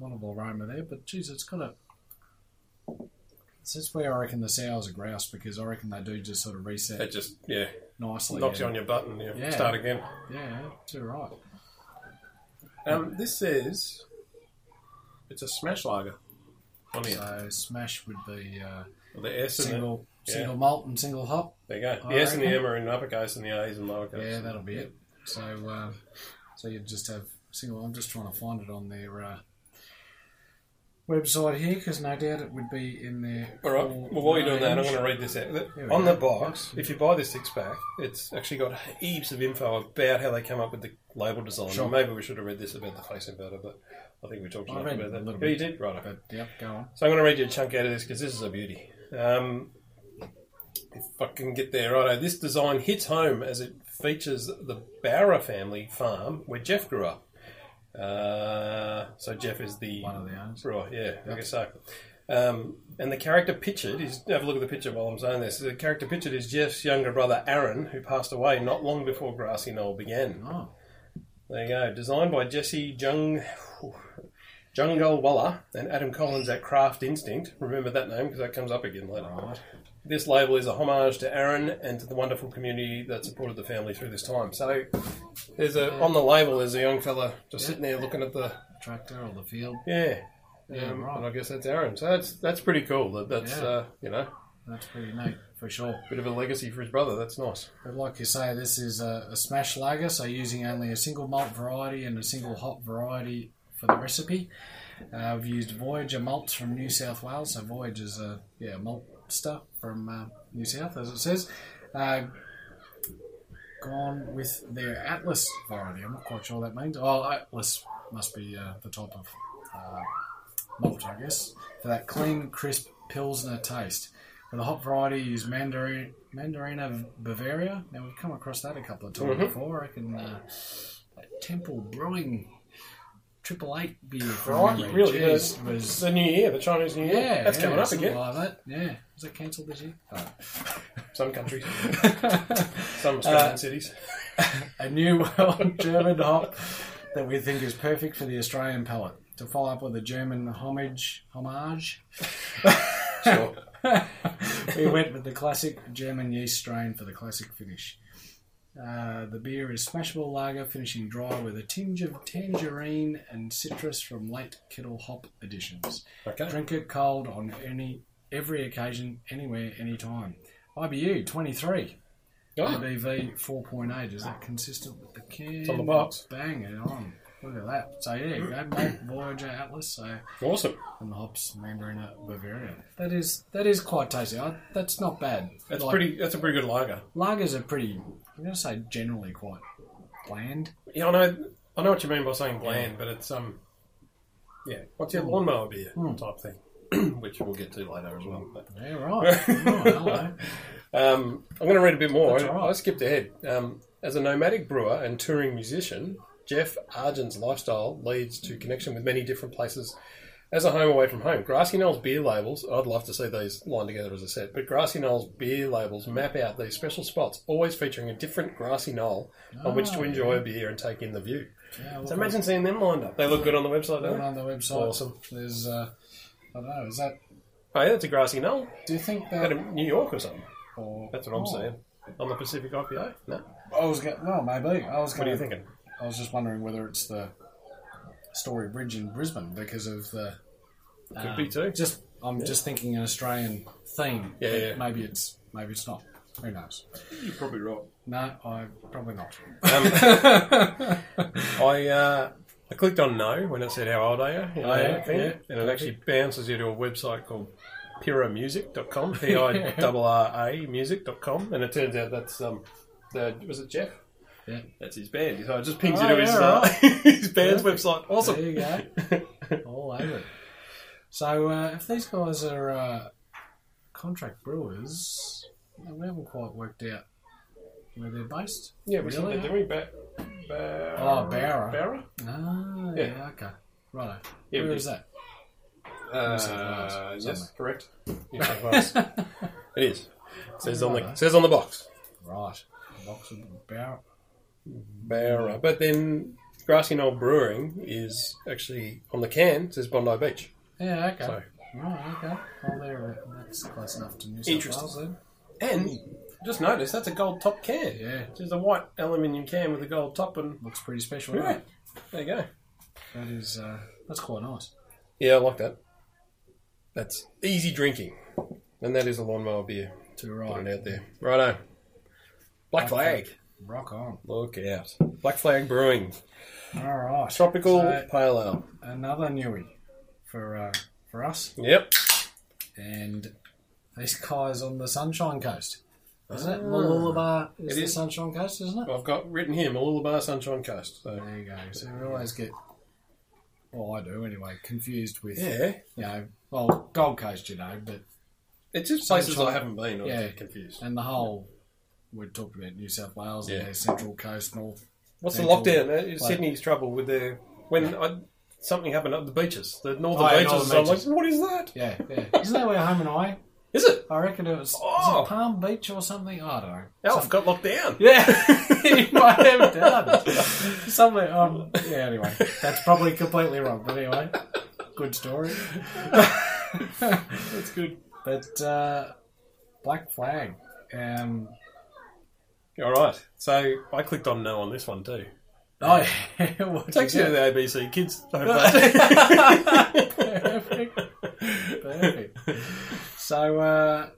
Speaker 2: not a lot of aroma there, but geez, it's got a. That's where I reckon the sours are grouse because I reckon they do just sort of reset
Speaker 1: It just yeah
Speaker 2: nicely.
Speaker 1: knocks you
Speaker 2: and-
Speaker 1: on your butt and you
Speaker 2: Yeah.
Speaker 1: start again.
Speaker 2: Yeah, that's all right.
Speaker 1: Um, this says it's a smash lager on here.
Speaker 2: So smash would be uh,
Speaker 1: The S and the,
Speaker 2: single single malt and single hop.
Speaker 1: There you go.
Speaker 2: I
Speaker 1: The S and the
Speaker 2: reckon.
Speaker 1: M are in upper case and the A's in lower case.
Speaker 2: Yeah, that'll be it. So, uh, so you just have single. I'm just trying to find it on their uh, website here because no doubt it would be in there.
Speaker 1: All right. Well, while you're doing that, I'm going to read this out.
Speaker 2: Here we
Speaker 1: On
Speaker 2: go.
Speaker 1: the box, if you buy this six pack, it's actually got heaps of info about how they come up with the label design.
Speaker 2: Sure.
Speaker 1: Maybe we should have read this about the facing powder, but I think we talked
Speaker 2: I
Speaker 1: enough
Speaker 2: read
Speaker 1: about
Speaker 2: a
Speaker 1: that.
Speaker 2: little
Speaker 1: Yeah, you
Speaker 2: bit.
Speaker 1: did, right? Okay.
Speaker 2: But yep, go on.
Speaker 1: So I'm going to read you a chunk out of this because this is a beauty. Um, if I can get there, righto. This design hits home as it features the Bower family farm where Jeff grew up. Uh, so Jeff is the
Speaker 2: One of the owners.
Speaker 1: Right, yeah, I guess so. Um, and the character pictured is have a look at the picture while I'm saying this. The character pictured is Jeff's younger brother Aaron, who passed away not long before Grassy Knoll began.
Speaker 2: Oh,
Speaker 1: There you go. Designed by Jesse Jung Jungle Waller and Adam Collins at Craft Instinct. Remember that name because that comes up again later.
Speaker 2: right.
Speaker 1: This label is a homage to Aaron and to the wonderful community that supported the family through this time. So there's a on the label there's a young fella just sitting there looking at the
Speaker 2: Tractor or the field.
Speaker 1: yeah.
Speaker 2: Yeah,
Speaker 1: um,
Speaker 2: right.
Speaker 1: And I guess that's Aaron. So that's that's pretty cool. That that's
Speaker 2: Yeah.
Speaker 1: uh, you know
Speaker 2: That's pretty neat for sure.
Speaker 1: bit of a legacy for his brother. That's nice.
Speaker 2: But like you say, this is a, a smash lager, so using only a single malt variety and a single hop variety for the recipe. Uh, I've used Voyager malts from New South Wales, so Voyager's a yeah maltster from uh, New South, as it says. Uh, gone with their Atlas variety. I'm not quite sure what that means. Oh, Atlas must be uh, the type of uh, malt, I guess, for that clean, crisp Pilsner taste. For the hop variety, use Mandarin, Mandarina Bavaria. Now, we've come across that a couple of times
Speaker 1: Mm-hmm.
Speaker 2: before. I reckon uh, that Temple Brewing Triple Eight beer. from
Speaker 1: Crikey,
Speaker 2: memory,
Speaker 1: really,
Speaker 2: geez,
Speaker 1: yeah.
Speaker 2: was
Speaker 1: the New Year, the Chinese New Year.
Speaker 2: yeah,
Speaker 1: that's
Speaker 2: yeah,
Speaker 1: coming up
Speaker 2: something
Speaker 1: again.
Speaker 2: Like that. Yeah, was it cancelled this year? Oh.
Speaker 1: Some countries,
Speaker 2: Uh,
Speaker 1: some Australian cities.
Speaker 2: a new world German hop that we think is perfect for the Australian palate. To follow up with a German homage, homage,
Speaker 1: Sure.
Speaker 2: we went with the classic German yeast strain for the classic finish. Uh, the beer is smashable lager, finishing dry with a tinge of tangerine and citrus from late Kittle hop additions.
Speaker 1: Okay.
Speaker 2: Drink it cold on any every occasion, anywhere, anytime. IBU 23.
Speaker 1: Oh,
Speaker 2: IBV 4.8. Is that consistent with the can? It's
Speaker 1: on the box.
Speaker 2: Bang it on. Look at that. So, yeah, go back Voyager Atlas. So,
Speaker 1: awesome.
Speaker 2: and the hops Mandarina Bavaria. That is that is quite tasty. I, that's not bad.
Speaker 1: That's
Speaker 2: Like,
Speaker 1: pretty. That's a pretty good lager.
Speaker 2: Lagers are pretty. I'm gonna say generally quite bland.
Speaker 1: Yeah, I know. I know what you mean by saying bland, but it's um, yeah, what's your lawnmower beer type thing, which we'll get to later as well. But.
Speaker 2: Yeah, right. oh, hello.
Speaker 1: Um, I'm going to read a bit more.
Speaker 2: That's all right.
Speaker 1: I skipped ahead. Um, as a nomadic brewer and touring musician, Jeff Argen's lifestyle leads to connection with many different places as a home away from home. Grassy Knoll's beer labels, I'd love to see these lined together as a set, but Grassy Knoll's beer labels map out these special spots, always featuring a different grassy knoll on which to
Speaker 2: Ah,
Speaker 1: enjoy a beer and take in the view.
Speaker 2: Yeah,
Speaker 1: So imagine seeing them lined up. They look good on the website,
Speaker 2: look
Speaker 1: don't they?
Speaker 2: on the website.
Speaker 1: Awesome.
Speaker 2: There's, uh, I don't know. Is that?
Speaker 1: Oh, yeah, that's a Grassy Knoll.
Speaker 2: Do you think
Speaker 1: Out
Speaker 2: that?
Speaker 1: of New York or something.
Speaker 2: or-
Speaker 1: That's what I'm
Speaker 2: oh,
Speaker 1: saying. On the Pacific IPA? No.
Speaker 2: I was going. Well, maybe. I was going.
Speaker 1: What are you thinking?
Speaker 2: I was just wondering whether it's the Story Bridge in Brisbane because of the. um,
Speaker 1: Could be too.
Speaker 2: Just I'm just thinking an Australian theme.
Speaker 1: Yeah, yeah.
Speaker 2: Maybe it's maybe it's not. Who knows?
Speaker 1: You're probably right.
Speaker 2: No, I probably not.
Speaker 1: Um, I uh, I clicked on no when it said how old are you? You know,
Speaker 2: Oh, yeah,
Speaker 1: that thing?
Speaker 2: yeah.
Speaker 1: And it actually bounces you to a website called pyramusic.com, P-I-R-R-A music.com. And it turns out that's, um, the, was it Jeff?
Speaker 2: Yeah.
Speaker 1: That's his band. So it just pings
Speaker 2: Oh,
Speaker 1: you to his,
Speaker 2: yeah,
Speaker 1: uh,
Speaker 2: right.
Speaker 1: his band's website.
Speaker 2: There
Speaker 1: Awesome.
Speaker 2: you go. All over it. So uh, if these guys are uh, contract brewers, we haven't quite worked out where they're based.
Speaker 1: Yeah, we
Speaker 2: really.
Speaker 1: said that, didn't we? Ba- Ba-
Speaker 2: Oh, Barra.
Speaker 1: Barra?
Speaker 2: Ah, yeah.
Speaker 1: Yeah.
Speaker 2: Okay. Righto.
Speaker 1: Yeah, we
Speaker 2: where
Speaker 1: did.
Speaker 2: is that?
Speaker 1: Uh,
Speaker 2: South Wales,
Speaker 1: yes,
Speaker 2: Oh, somewhere.
Speaker 1: correct. New South Wales. it is. Says on the
Speaker 2: Right.
Speaker 1: says on the box.
Speaker 2: Right. Box of Barra.
Speaker 1: Barra. But then Grassy Knoll Brewing is actually on the can says Bondi Beach.
Speaker 2: Yeah. Okay.
Speaker 1: So-
Speaker 2: Right. Okay. Well, there. That's close enough to New South
Speaker 1: Interesting.
Speaker 2: Wales then.
Speaker 1: And just noticed that's a gold top can.
Speaker 2: Yeah.
Speaker 1: It's just a white aluminium can with a gold top and
Speaker 2: Looks pretty special.
Speaker 1: Yeah.
Speaker 2: Right.
Speaker 1: there you go.
Speaker 2: That is. Uh, that's quite nice.
Speaker 1: Yeah, I like that. That's easy drinking. And that is a lawnmower beer.
Speaker 2: Too
Speaker 1: Put
Speaker 2: right.
Speaker 1: it out there. Righto. Black Flag.
Speaker 2: Rock on.
Speaker 1: Look out. Black Flag Brewing.
Speaker 2: All right.
Speaker 1: Tropical
Speaker 2: So,
Speaker 1: Pale Ale.
Speaker 2: another newie for uh, for us,
Speaker 1: Yep.
Speaker 2: and this guy's on the Sunshine Coast, isn't it? Mooloolaba is
Speaker 1: It
Speaker 2: the
Speaker 1: is.
Speaker 2: Sunshine Coast, isn't it?
Speaker 1: Ah. I've got written here Mooloolaba Sunshine Coast. So.
Speaker 2: There you go. So we always get, well, I do anyway, confused with
Speaker 1: Yeah.
Speaker 2: you know, well, Gold Coast, you know, but
Speaker 1: It's just places
Speaker 2: Sunshine-
Speaker 1: I haven't been. I'm
Speaker 2: Yeah.
Speaker 1: confused.
Speaker 2: and the whole we talked about New South Wales
Speaker 1: Yeah.
Speaker 2: and their Central Coast, North.
Speaker 1: What's the
Speaker 2: Central-
Speaker 1: lockdown? Uh,
Speaker 2: Like-
Speaker 1: Sydney's trouble with their when I, something happened at the beaches, the northern
Speaker 2: Oh, yeah,
Speaker 1: beaches.
Speaker 2: northern
Speaker 1: so I'm like,
Speaker 2: beaches.
Speaker 1: what is that?
Speaker 2: Yeah, yeah. Isn't that where Home and I?
Speaker 1: Is it?
Speaker 2: I reckon it was is
Speaker 1: Oh.
Speaker 2: it Palm Beach or something. I don't know.
Speaker 1: Alf got locked down.
Speaker 2: Yeah, he might have done something. Um, yeah, anyway, that's probably completely wrong. But anyway, good story.
Speaker 1: That's good.
Speaker 2: But uh, Black Flag. Um,
Speaker 1: All right. So I clicked on no on this one too.
Speaker 2: oh, yeah, what
Speaker 1: Takes you
Speaker 2: you
Speaker 1: to the
Speaker 2: get?
Speaker 1: ABC Kids.
Speaker 2: Perfect. Perfect. So uh,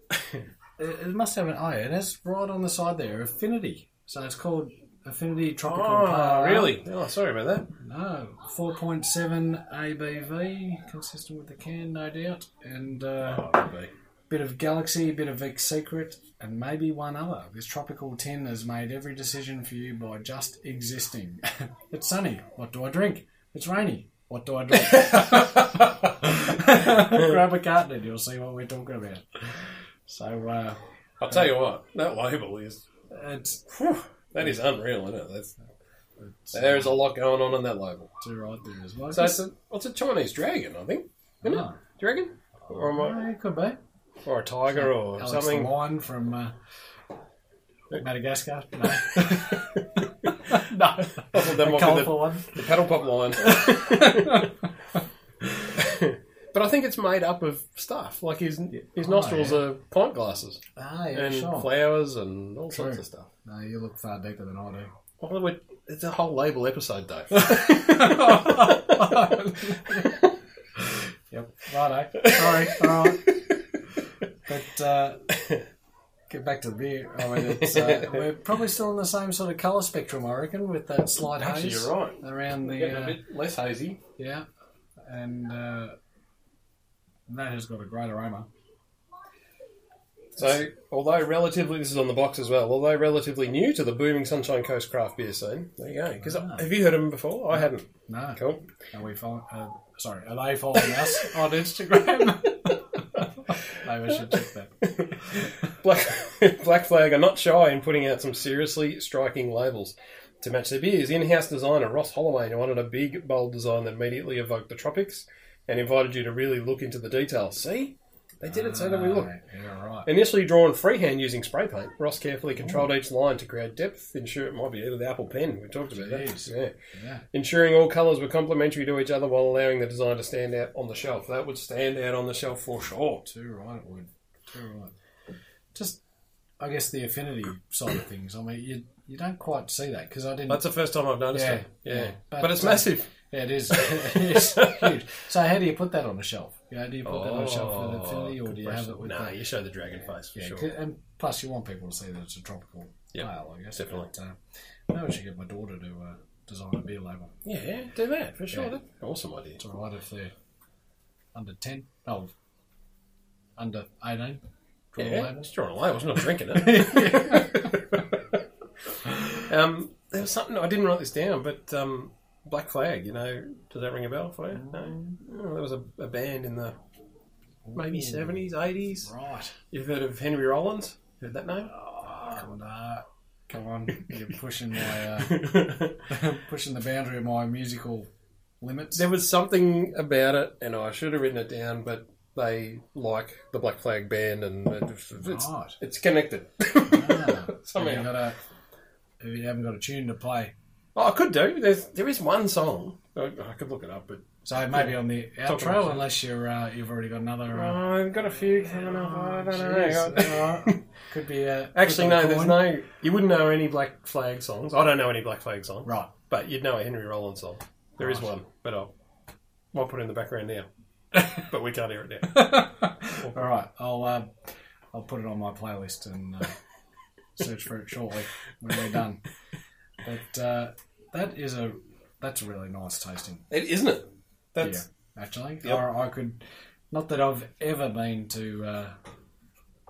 Speaker 2: it, it must have an I. It has right on the side there, Affinity. So it's called Affinity Tropical.
Speaker 1: oh,
Speaker 2: Pale Ale.
Speaker 1: really? Oh, sorry about that.
Speaker 2: No, 4.7 ABV, consistent with the can, no doubt. And uh,
Speaker 1: Oh, it could be.
Speaker 2: bit of Galaxy, bit of Vic Secret, and maybe one other. This tropical tin has made every decision for you by just existing. it's sunny. What do I drink? It's rainy. What do I drink? Grab a carton and you'll see what we're talking about. So uh,
Speaker 1: I'll tell you what. That label is
Speaker 2: it's
Speaker 1: whew, that is unreal, isn't it? That's, there is a lot going on in that label.
Speaker 2: too right there as well.
Speaker 1: So it's a, well, it's a Chinese dragon, I think. Isn't it?
Speaker 2: Oh,
Speaker 1: Dragon, or am I-
Speaker 2: yeah, it could be.
Speaker 1: or a tiger, or
Speaker 2: Alex
Speaker 1: something.
Speaker 2: the Lion from uh, Madagascar. No, no.
Speaker 1: That's what that
Speaker 2: a
Speaker 1: might be the-
Speaker 2: colourful one.
Speaker 1: The paddle pop line. but I think it's made up of stuff. Like his his
Speaker 2: Oh,
Speaker 1: nostrils
Speaker 2: yeah.
Speaker 1: are pint glasses
Speaker 2: Ah, yeah,
Speaker 1: and
Speaker 2: sure.
Speaker 1: flowers and all sorts
Speaker 2: True.
Speaker 1: of stuff.
Speaker 2: no, you look far deeper than I do.
Speaker 1: Well, we- it's a whole label episode, though.
Speaker 2: Yep. Righto. Sorry. All right. But uh, get back to the beer. I mean, it's, uh, we're probably still in the same sort of colour spectrum, I reckon, with that slight
Speaker 1: Actually,
Speaker 2: haze
Speaker 1: you're right.
Speaker 2: around
Speaker 1: Getting
Speaker 2: the.
Speaker 1: a
Speaker 2: Uh,
Speaker 1: bit less hazy.
Speaker 2: Yeah, and uh, that has got a great aroma.
Speaker 1: So, although relatively, this is on the box as well, although relatively new to the booming Sunshine Coast craft beer scene, there you go. 'Cause
Speaker 2: Ah.
Speaker 1: have you heard of them before? I hadn't.
Speaker 2: No,
Speaker 1: Cool.
Speaker 2: are we following? Uh, sorry, are they following us on Instagram? Maybe I should check that.
Speaker 1: Black, Black Flag are not shy in putting out some seriously striking labels to match their beers. In-house designer Ross Holloway wanted a big, bold design that immediately evoked the tropics and invited you to really look into the details. See? They did it so that we look.
Speaker 2: Ah, Yeah, right.
Speaker 1: Initially drawn freehand using spray paint, Ross carefully controlled each line to create depth, ensure it might be either the apple pen, we talked about
Speaker 2: Jeez.
Speaker 1: that. Yeah.
Speaker 2: Yeah.
Speaker 1: Ensuring all colours were complementary to each other while allowing the design to stand out on the shelf. That would stand out on the shelf for sure.
Speaker 2: Too right, it would. Too right. Just, I guess the affinity side of things. I mean, you you don't quite see that because I didn't.
Speaker 1: That's the first time I've noticed
Speaker 2: Yeah,
Speaker 1: it. Yeah.
Speaker 2: yeah.
Speaker 1: But,
Speaker 2: But,
Speaker 1: it's
Speaker 2: uh,
Speaker 1: massive.
Speaker 2: Yeah, it is. it's huge. So how do you put that on a shelf? You know, do you put that on a shelf with
Speaker 1: Oh,
Speaker 2: affinity, or
Speaker 1: good
Speaker 2: do you have
Speaker 1: question.
Speaker 2: it with?
Speaker 1: Nah,
Speaker 2: the-
Speaker 1: you show the dragon face for
Speaker 2: Yeah,
Speaker 1: sure.
Speaker 2: c- and plus you want people to see that it's a tropical
Speaker 1: Yep,
Speaker 2: ale, I guess.
Speaker 1: definitely.
Speaker 2: But, uh, maybe I should get my daughter to uh, design a beer label.
Speaker 1: Yeah, do that for sure.
Speaker 2: Yeah.
Speaker 1: That's an awesome idea.
Speaker 2: It's all right if they're under 10. Oh, under 18. Draw
Speaker 1: yeah,
Speaker 2: labels.
Speaker 1: it's drawing a line. I was not drinking it. um, there was something I didn't write this down, but um, Black Flag. You know, does that ring a bell for you? No,
Speaker 2: Mm.
Speaker 1: oh, there was a, a band in the maybe
Speaker 2: Ooh,
Speaker 1: seventies, eighties.
Speaker 2: Mm. Right.
Speaker 1: You've heard of Henry Rollins? Heard that name? Ah.
Speaker 2: Oh, no. Come on. You're pushing my uh,
Speaker 1: there
Speaker 2: pushing the boundary of my musical limits.
Speaker 1: was something about it, and I should have written it down, but they like the Black Flag band, and it's, it's,
Speaker 2: Right.
Speaker 1: it's connected.
Speaker 2: Ah,
Speaker 1: Somehow.
Speaker 2: you gotta, if you haven't got a tune to play.
Speaker 1: Oh, I could do. There's, there is one song. I, I could look it up, but
Speaker 2: So maybe on the
Speaker 1: Talk about
Speaker 2: outro,
Speaker 1: it.
Speaker 2: unless you're uh, you've already got another. Uh,
Speaker 1: Oh, I've got a few coming up. I don't know.
Speaker 2: Jeez. Alright. Could be uh, could
Speaker 1: Actually,
Speaker 2: be a
Speaker 1: no. There's
Speaker 2: coin.
Speaker 1: no. You wouldn't know any Black Flag songs. I don't know any Black Flag songs,
Speaker 2: Right.
Speaker 1: but you'd know a Henry Rollins song. There is
Speaker 2: Right.
Speaker 1: one, but I'll, I'll put it in the background now. but we can't hear it now.
Speaker 2: All right. I'll uh, I'll put it on my playlist and uh, search for it shortly when we're done. But uh, that is a that's really nice tasting.
Speaker 1: It isn't it. That's
Speaker 2: yeah, actually,
Speaker 1: Yep.
Speaker 2: or I could not that I've ever been to uh,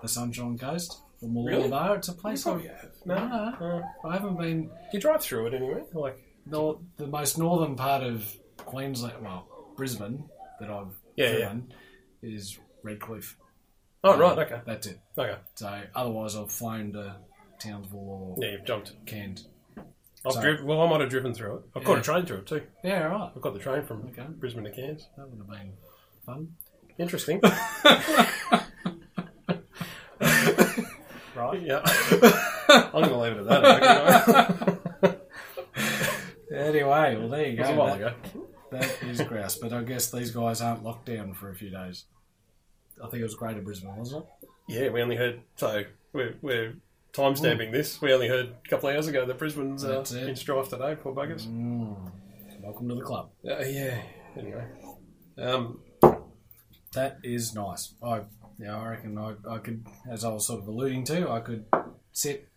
Speaker 2: the Sunshine Coast or
Speaker 1: Really?
Speaker 2: Mooloolaba. It's a
Speaker 1: you
Speaker 2: place
Speaker 1: probably
Speaker 2: I
Speaker 1: have. Oh, No, Uh,
Speaker 2: No. I haven't been
Speaker 1: you drive through it anyway. Like
Speaker 2: nor- the most northern part of Queensland, well, Brisbane, that I've
Speaker 1: Yeah,
Speaker 2: driven is Redcliffe.
Speaker 1: oh right, okay,
Speaker 2: That's it.
Speaker 1: okay.
Speaker 2: So otherwise, I've flown to Townsville or
Speaker 1: Yeah, you've jumped.
Speaker 2: Cairns.
Speaker 1: I've
Speaker 2: So-
Speaker 1: driv- well, I might have driven through it. I've caught
Speaker 2: Yeah.
Speaker 1: a train through it too.
Speaker 2: Yeah, right.
Speaker 1: I've got the train from
Speaker 2: Okay.
Speaker 1: Brisbane to Cairns.
Speaker 2: That would have been fun.
Speaker 1: Interesting.
Speaker 2: Right.
Speaker 1: yeah, I'm going to leave it at that. I reckon.
Speaker 2: Anyway, well, there you
Speaker 1: It
Speaker 2: go.
Speaker 1: was a while
Speaker 2: That-
Speaker 1: ago.
Speaker 2: that is grouse, but I guess these guys aren't locked down for a few days. I think it was Greater Brisbane, wasn't it?
Speaker 1: Yeah, we only heard. So we're, we're timestamping this. We only heard a couple of hours ago that Brisbane's uh,
Speaker 2: That's it.
Speaker 1: in strife today. Poor buggers.
Speaker 2: Mm. Welcome to the club.
Speaker 1: Uh, yeah. Anyway, um,
Speaker 2: That is nice. I yeah, I reckon I, I could, as I was sort of alluding to, I could sit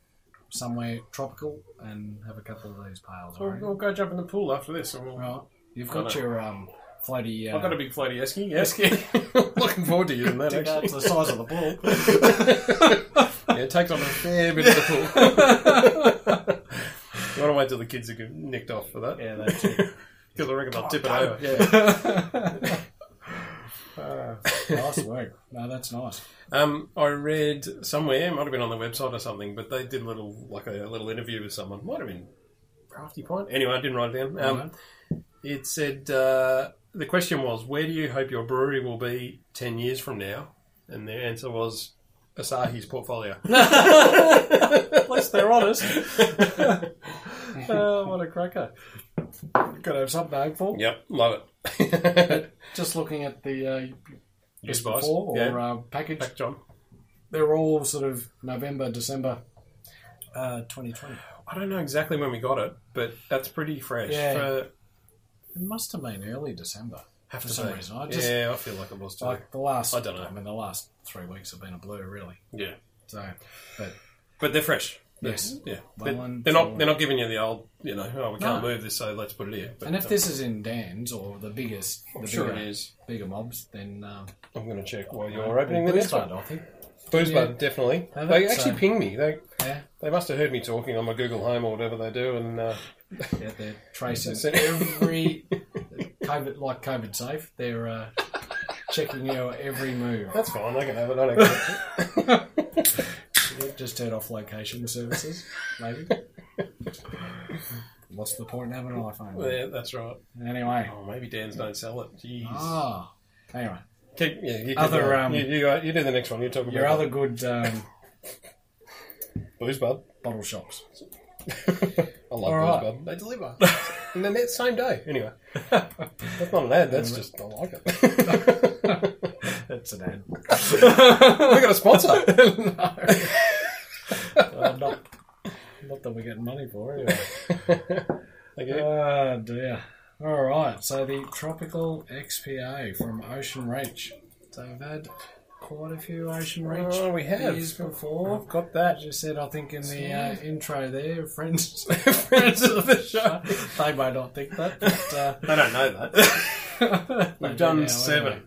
Speaker 2: somewhere tropical and have a couple of these pails. I
Speaker 1: we'll,
Speaker 2: reckon.
Speaker 1: we'll go jump in the pool after this. and we'll-
Speaker 2: Right, you've
Speaker 1: Got
Speaker 2: got
Speaker 1: it.
Speaker 2: your um, floaty. Uh,
Speaker 1: I've got a big floaty esky. Yes, looking forward to using that.
Speaker 2: dig out to
Speaker 1: Actually,
Speaker 2: the size of the pool.
Speaker 1: yeah, it takes up a fair bit of the pool. you want to wait till the kids are good- nicked off for that?
Speaker 2: yeah, that's it.
Speaker 1: Because I reckon they'll tip it over.
Speaker 2: Yeah. Uh, nice work. No, that's nice.
Speaker 1: Um, I read somewhere, it might have been on the website or something, but they did a little like a little interview with someone. Might have been Crafty Pint. Anyway, I didn't write it down. Um,
Speaker 2: Alright.
Speaker 1: It said uh, the question was, "Where do you hope your brewery will be ten years from now?" And the answer was Asahi's portfolio.
Speaker 2: At least they're honest. uh,
Speaker 1: oh, what a cracker!
Speaker 2: Got to have something hopeful.
Speaker 1: Yep, love it.
Speaker 2: Just looking at the uh, just
Speaker 1: Advice,
Speaker 2: before or
Speaker 1: yeah.
Speaker 2: uh, package
Speaker 1: Back, John.
Speaker 2: they're all sort of November, December, uh, 2020.
Speaker 1: I don't know exactly when we got it, but that's pretty fresh.
Speaker 2: Yeah.
Speaker 1: for,
Speaker 2: It must have been early December.
Speaker 1: have
Speaker 2: For
Speaker 1: to
Speaker 2: some
Speaker 1: be.
Speaker 2: reason, I just-
Speaker 1: yeah, I feel like it was too.
Speaker 2: Like the last,
Speaker 1: I don't know.
Speaker 2: I mean, the last three weeks have been a blur, really.
Speaker 1: yeah,
Speaker 2: So, but
Speaker 1: but they're fresh.
Speaker 2: yes.
Speaker 1: Yeah,
Speaker 2: Well,
Speaker 1: they're,
Speaker 2: and-
Speaker 1: they're not they're not giving you the old you know oh we can't
Speaker 2: No.
Speaker 1: move this so let's put it here. But,
Speaker 2: And if
Speaker 1: um,
Speaker 2: this is in Dan's or the biggest, the
Speaker 1: I'm sure
Speaker 2: bigger,
Speaker 1: it is,
Speaker 2: bigger mobs, then uh,
Speaker 1: I'm going to check while you're opening the
Speaker 2: Booze
Speaker 1: next
Speaker 2: Fund,
Speaker 1: one.
Speaker 2: I think.
Speaker 1: Booze
Speaker 2: Yeah.
Speaker 1: Bud, definitely.
Speaker 2: Have
Speaker 1: they
Speaker 2: it,
Speaker 1: actually
Speaker 2: so-
Speaker 1: pinged me. They
Speaker 2: Yeah,
Speaker 1: they must have heard me talking on my Google Home or whatever they do, and uh,
Speaker 2: yeah they're tracing
Speaker 1: That's it.
Speaker 2: every COVID, like COVID safe. They're uh, checking your every move.
Speaker 1: that's fine. They can have it. I don't care.
Speaker 2: Yep, just turn off location services, maybe. What's the point in having an iPhone?
Speaker 1: yeah, that's right.
Speaker 2: Anyway.
Speaker 1: Oh, maybe Dan's don't sell it. Jeez.
Speaker 2: Ah. Anyway.
Speaker 1: Keep, yeah, you keep
Speaker 2: Other,
Speaker 1: going.
Speaker 2: um,
Speaker 1: you, you, uh, you do the next one. You're talking
Speaker 2: Your
Speaker 1: about
Speaker 2: other good um,
Speaker 1: Booze Bud.
Speaker 2: bottle shops.
Speaker 1: I love
Speaker 2: All
Speaker 1: Booze
Speaker 2: right.
Speaker 1: Bud. They deliver. and then that same day. Anyway, that's not an ad. That's just I like it.
Speaker 2: That's an ad.
Speaker 1: we got a sponsor.
Speaker 2: Well, Uh, not, not that we're getting money for, anyway.
Speaker 1: Okay.
Speaker 2: Ah, dear. All right. So the Tropical XPA from Ocean Reach. So we've had quite a few Ocean Reach
Speaker 1: Oh, we have. Oh.
Speaker 2: beers before.
Speaker 1: I've got that.
Speaker 2: As you said, I think in the uh, intro there, friends,
Speaker 1: Friends of the show.
Speaker 2: they may not think that, but uh,
Speaker 1: They don't know that.
Speaker 2: they
Speaker 1: We've
Speaker 2: do
Speaker 1: done
Speaker 2: now, anyway.
Speaker 1: seven.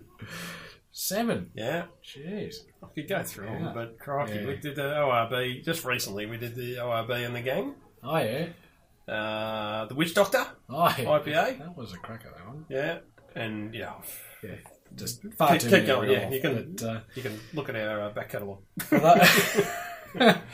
Speaker 2: Seven.
Speaker 1: Yeah.
Speaker 2: Jeez.
Speaker 1: I could go through them,
Speaker 2: Yeah.
Speaker 1: but crikey,
Speaker 2: Yeah.
Speaker 1: we did the ORB just recently. We did the ORB and the gang.
Speaker 2: Oh yeah.
Speaker 1: Uh, the Witch Doctor
Speaker 2: Oh yeah.
Speaker 1: IPA.
Speaker 2: That was a cracker. That one.
Speaker 1: Yeah. And yeah,
Speaker 2: Yeah. Just far
Speaker 1: Keep-
Speaker 2: too
Speaker 1: keep
Speaker 2: many
Speaker 1: going,
Speaker 2: to
Speaker 1: yeah,
Speaker 2: read off,
Speaker 1: you can-
Speaker 2: But, uh,
Speaker 1: you can look at our uh, back catalogue.
Speaker 2: for, tho-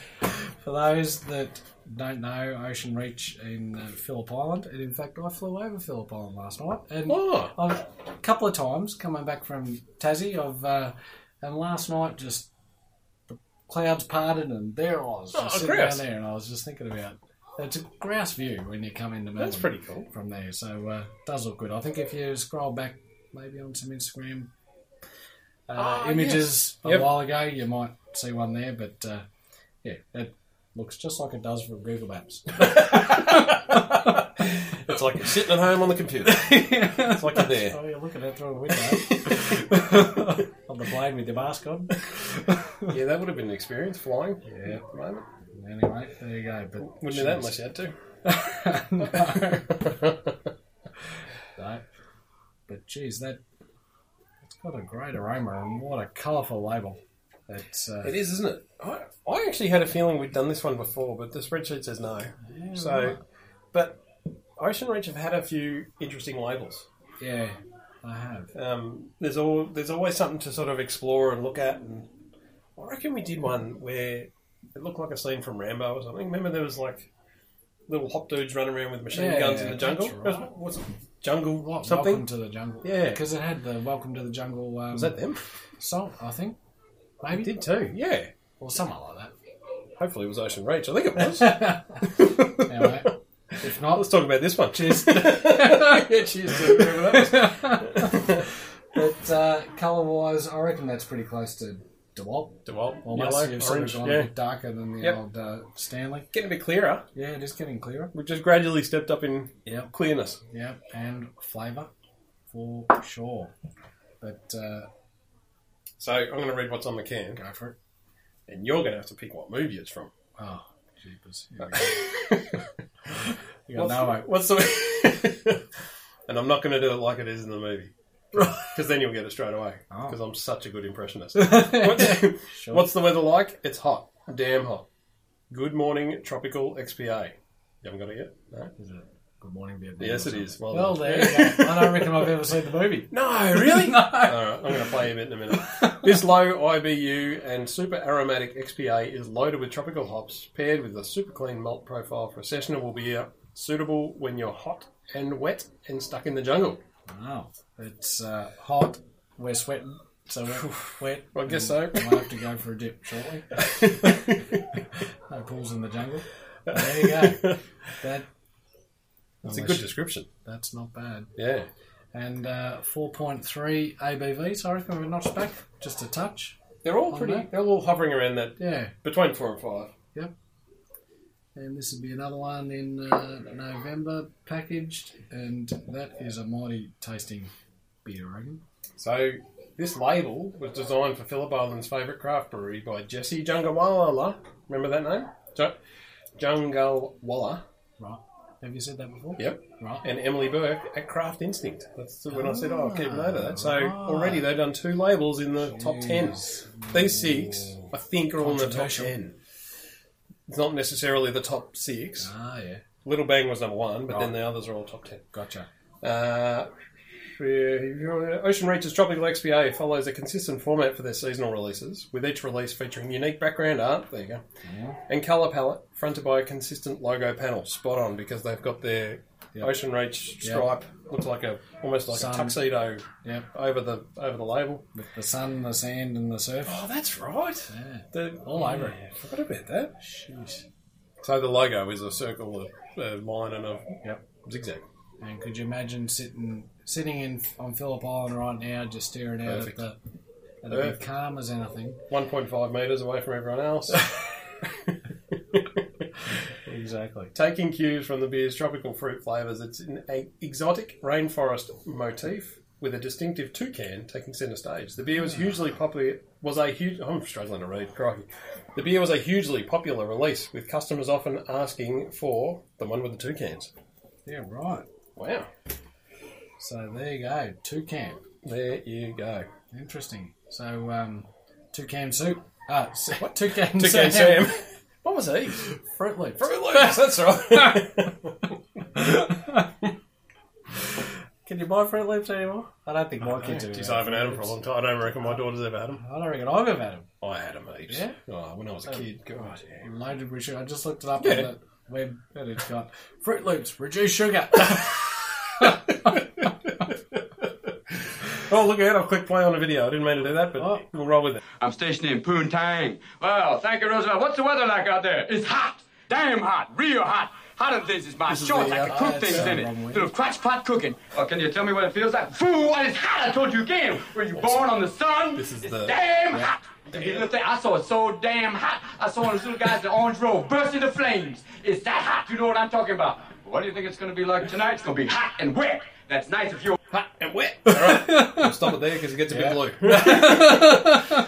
Speaker 2: for those that don't know, Ocean Reach in uh, Phillip Island, and in fact, I flew over Phillip Island last night, and
Speaker 1: Oh,
Speaker 2: I've, a couple of times coming back from Tassie, I've uh, and last night just the clouds parted and there I was just
Speaker 1: Oh,
Speaker 2: sitting
Speaker 1: grouse.
Speaker 2: down there, and I was just thinking about it's a grouse view when you come into Melbourne.
Speaker 1: that's pretty cool.
Speaker 2: from there, so uh, does look good. I think if you scroll back maybe on some Instagram uh,
Speaker 1: Ah,
Speaker 2: images a
Speaker 1: Yep.
Speaker 2: while ago, you might see one there, but uh, yeah, it looks just like it does from Google Maps.
Speaker 1: It's like you're sitting at home on the computer. It's like you're there.
Speaker 2: Oh, you're looking out through a window on
Speaker 3: the plane with your mask on.
Speaker 1: Yeah, that would have been an experience flying
Speaker 2: Yeah.
Speaker 1: at the moment.
Speaker 2: Anyway, there you go. But
Speaker 1: Wouldn't do that eh? unless you had to.
Speaker 2: no, no. But geez, that it's got a great aroma and what a colourful label. It's uh,
Speaker 1: it is, isn't it? I, I actually had a feeling we'd done this one before, but the spreadsheet says no.
Speaker 2: yeah,
Speaker 1: So, but Ocean Reach have had a few interesting labels.
Speaker 2: yeah, I have.
Speaker 1: um, there's all there's always something to sort of explore and look at. And I reckon we did one where it looked like a scene from Rambo or something. Remember there was like little hop dudes running around with machine
Speaker 2: Yeah,
Speaker 1: guns in the
Speaker 2: that's
Speaker 1: jungle.
Speaker 2: right.
Speaker 1: That was- what's it? Jungle
Speaker 2: What,
Speaker 1: something?
Speaker 2: Welcome to the jungle.
Speaker 1: Yeah.
Speaker 2: because it had the Welcome to the Jungle um,
Speaker 1: was that them?
Speaker 2: song, I think. Maybe
Speaker 1: Did too. Yeah.
Speaker 2: or something like
Speaker 1: Hopefully it was Ocean Rage. I think it was.
Speaker 2: that. anyway, if not,
Speaker 1: Let's talk about this one. Cheers.
Speaker 2: yeah, cheers to whoever that was. but uh, colour wise, I reckon that's pretty close to DeWalt.
Speaker 1: DeWalt,
Speaker 2: Almost
Speaker 1: yellow, orange.
Speaker 2: you've sort of gone a
Speaker 1: yeah.
Speaker 2: bit darker than the
Speaker 1: Yep.
Speaker 2: old uh, Stanley.
Speaker 1: Getting a bit clearer.
Speaker 2: Yeah, it is getting clearer.
Speaker 1: We've just gradually stepped up in
Speaker 2: Yep.
Speaker 1: clearness.
Speaker 2: Yep, and flavour for sure. But uh,
Speaker 1: So I'm going to read what's on the can,
Speaker 2: go for it.
Speaker 1: and you're going to have to pick what movie it's from.
Speaker 2: Oh, jeepers. Here we go. You got no hope.
Speaker 1: what's the? and I'm not going to do it like it is in the movie, because then you'll get it straight away.
Speaker 2: Oh.
Speaker 1: Because I'm such a good impressionist. what's,
Speaker 2: Sure.
Speaker 1: what's the weather like? It's hot, damn hot. Good morning, tropical XPA. You haven't got it yet? No.
Speaker 2: Is it Good morning, Vietnam.
Speaker 1: Yes,
Speaker 2: or
Speaker 1: it is. Well,
Speaker 2: something? Well,
Speaker 1: done.
Speaker 2: there you go. I don't reckon I've ever seen the movie.
Speaker 1: No, really?
Speaker 2: No.
Speaker 1: All right, I'm going to play you a bit in a minute. This low IBU and super aromatic XPA is loaded with tropical hops, paired with a super clean malt profile for a sessionable beer, uh, suitable when you're hot and wet and stuck in the jungle.
Speaker 2: Wow. It's uh, hot. We're sweating. So we're wet.
Speaker 1: I guess
Speaker 2: and
Speaker 1: so.
Speaker 2: we might have to go for a dip shortly. no pools in the jungle. There you go. That,
Speaker 1: It's a
Speaker 2: Unless
Speaker 1: good
Speaker 2: you-
Speaker 1: description.
Speaker 2: that's not bad.
Speaker 1: Yeah.
Speaker 2: And uh, 4.3 ABV, so I reckon we're notched back just a touch.
Speaker 1: They're all
Speaker 2: On
Speaker 1: pretty,
Speaker 2: that?
Speaker 1: they're all hovering around that
Speaker 2: Yeah.
Speaker 1: between four and five.
Speaker 2: And this would be another one in uh, November packaged. And that is a mighty tasting beer, I reckon.
Speaker 1: So this label was designed for Phillip Island's favourite craft brewery by Jesse Jungawala. Remember that name? Jo- Jungawala
Speaker 2: Right. Have you said that before?
Speaker 1: Yep.
Speaker 2: Right.
Speaker 1: and Emily Burke at Craft Instinct. That's when I said, oh, I keep
Speaker 2: Ah,
Speaker 1: note of that. So
Speaker 2: right.
Speaker 1: already they've done two labels in the top ten.
Speaker 2: Jeez.
Speaker 1: These six, I think, are all in the top
Speaker 2: Controversial.
Speaker 1: ten. It's not necessarily the top six.
Speaker 2: Ah, yeah.
Speaker 1: Little Bang was number one, but then the others are all top ten.
Speaker 2: Gotcha.
Speaker 1: Uh, Ocean Reach's Tropical XPA follows a consistent format for their seasonal releases, with each release featuring unique background art, there you go,
Speaker 2: Yeah.
Speaker 1: and colour palette, fronted by a consistent logo panel. Spot on, because they've got their
Speaker 2: Yep.
Speaker 1: Ocean Reach
Speaker 2: Yep.
Speaker 1: stripe, looks like a almost like
Speaker 2: Sun.
Speaker 1: a tuxedo
Speaker 2: Yep.
Speaker 1: over the over the label.
Speaker 2: With the sun, the sand, and the surf.
Speaker 1: Oh, that's right.
Speaker 2: Yeah.
Speaker 1: The,
Speaker 2: All over it.
Speaker 1: I forgot about that.
Speaker 2: Jeez.
Speaker 1: So the logo is a circle, a, a line, and a
Speaker 2: Yep.
Speaker 1: zigzag.
Speaker 2: And could you imagine sitting sitting in on Phillip Island right now, just staring out
Speaker 1: Perfect.
Speaker 2: at the at the big
Speaker 1: Perfect.
Speaker 2: calm as anything?
Speaker 1: 1.5 metres away from everyone else.
Speaker 2: Exactly.
Speaker 1: Taking cues from the beer's tropical fruit flavours, it's an a- exotic rainforest motif with a distinctive toucan taking centre stage. The beer was hugely popular. Was a huge. I'm struggling to read. Crikey. The beer was a hugely popular release, with customers often asking for the one with the toucans.
Speaker 2: Yeah, right.
Speaker 1: Wow.
Speaker 2: So there you go. Toucan.
Speaker 1: There you go.
Speaker 2: Interesting. So um, toucan soup. Ah, uh, what? Toucan,
Speaker 1: Toucan
Speaker 2: Sam.
Speaker 1: Sam. What was he?
Speaker 2: Fruit Loops.
Speaker 1: Fruit Loops. That's right.
Speaker 2: Can you buy Fruit Loops anymore? I don't think my kids
Speaker 1: Geez,
Speaker 2: ever
Speaker 1: I haven't
Speaker 2: had
Speaker 1: had them
Speaker 2: Froot
Speaker 1: for a
Speaker 2: Loops.
Speaker 1: long time. I don't reckon my daughter's ever had them.
Speaker 2: I don't reckon I've ever had them.
Speaker 1: I had them heaps.
Speaker 2: Yeah?
Speaker 1: Oh, when I was a kid. God, yeah.
Speaker 2: Loaded with sugar. I just looked it up
Speaker 1: Yeah.
Speaker 2: on the web and it's got Fruit Loops, reduce sugar.
Speaker 1: Oh, look out. I'll click play on a video. I didn't mean to do that, but
Speaker 2: Oh.
Speaker 1: we'll roll with it.
Speaker 4: I'm stationed in Poontang. Well, thank you, Roosevelt. What's the weather like out there? It's hot. Damn hot. Real hot. Hot than this is my shorts.
Speaker 1: the,
Speaker 4: I
Speaker 1: uh,
Speaker 4: can cook
Speaker 2: uh,
Speaker 4: things
Speaker 2: it's,
Speaker 4: in
Speaker 2: uh, wrong way.
Speaker 4: it. Little crotch pot cooking. Oh, can you tell me what it feels like? Fool, what is hot? I told you again. Were you born on the sun?
Speaker 1: This is
Speaker 4: it's
Speaker 1: the-
Speaker 4: damn hot. You get a little thing. I saw it so damn hot. I saw one of those little guys in the orange robe burst into flames. It's that hot. You know what I'm talking about. What do you think it's going to be like tonight? It's going to be hot and wet. That's nice if you're.
Speaker 1: hot and wet. All right, we'll stop it there because it gets a
Speaker 2: Yeah.
Speaker 1: bit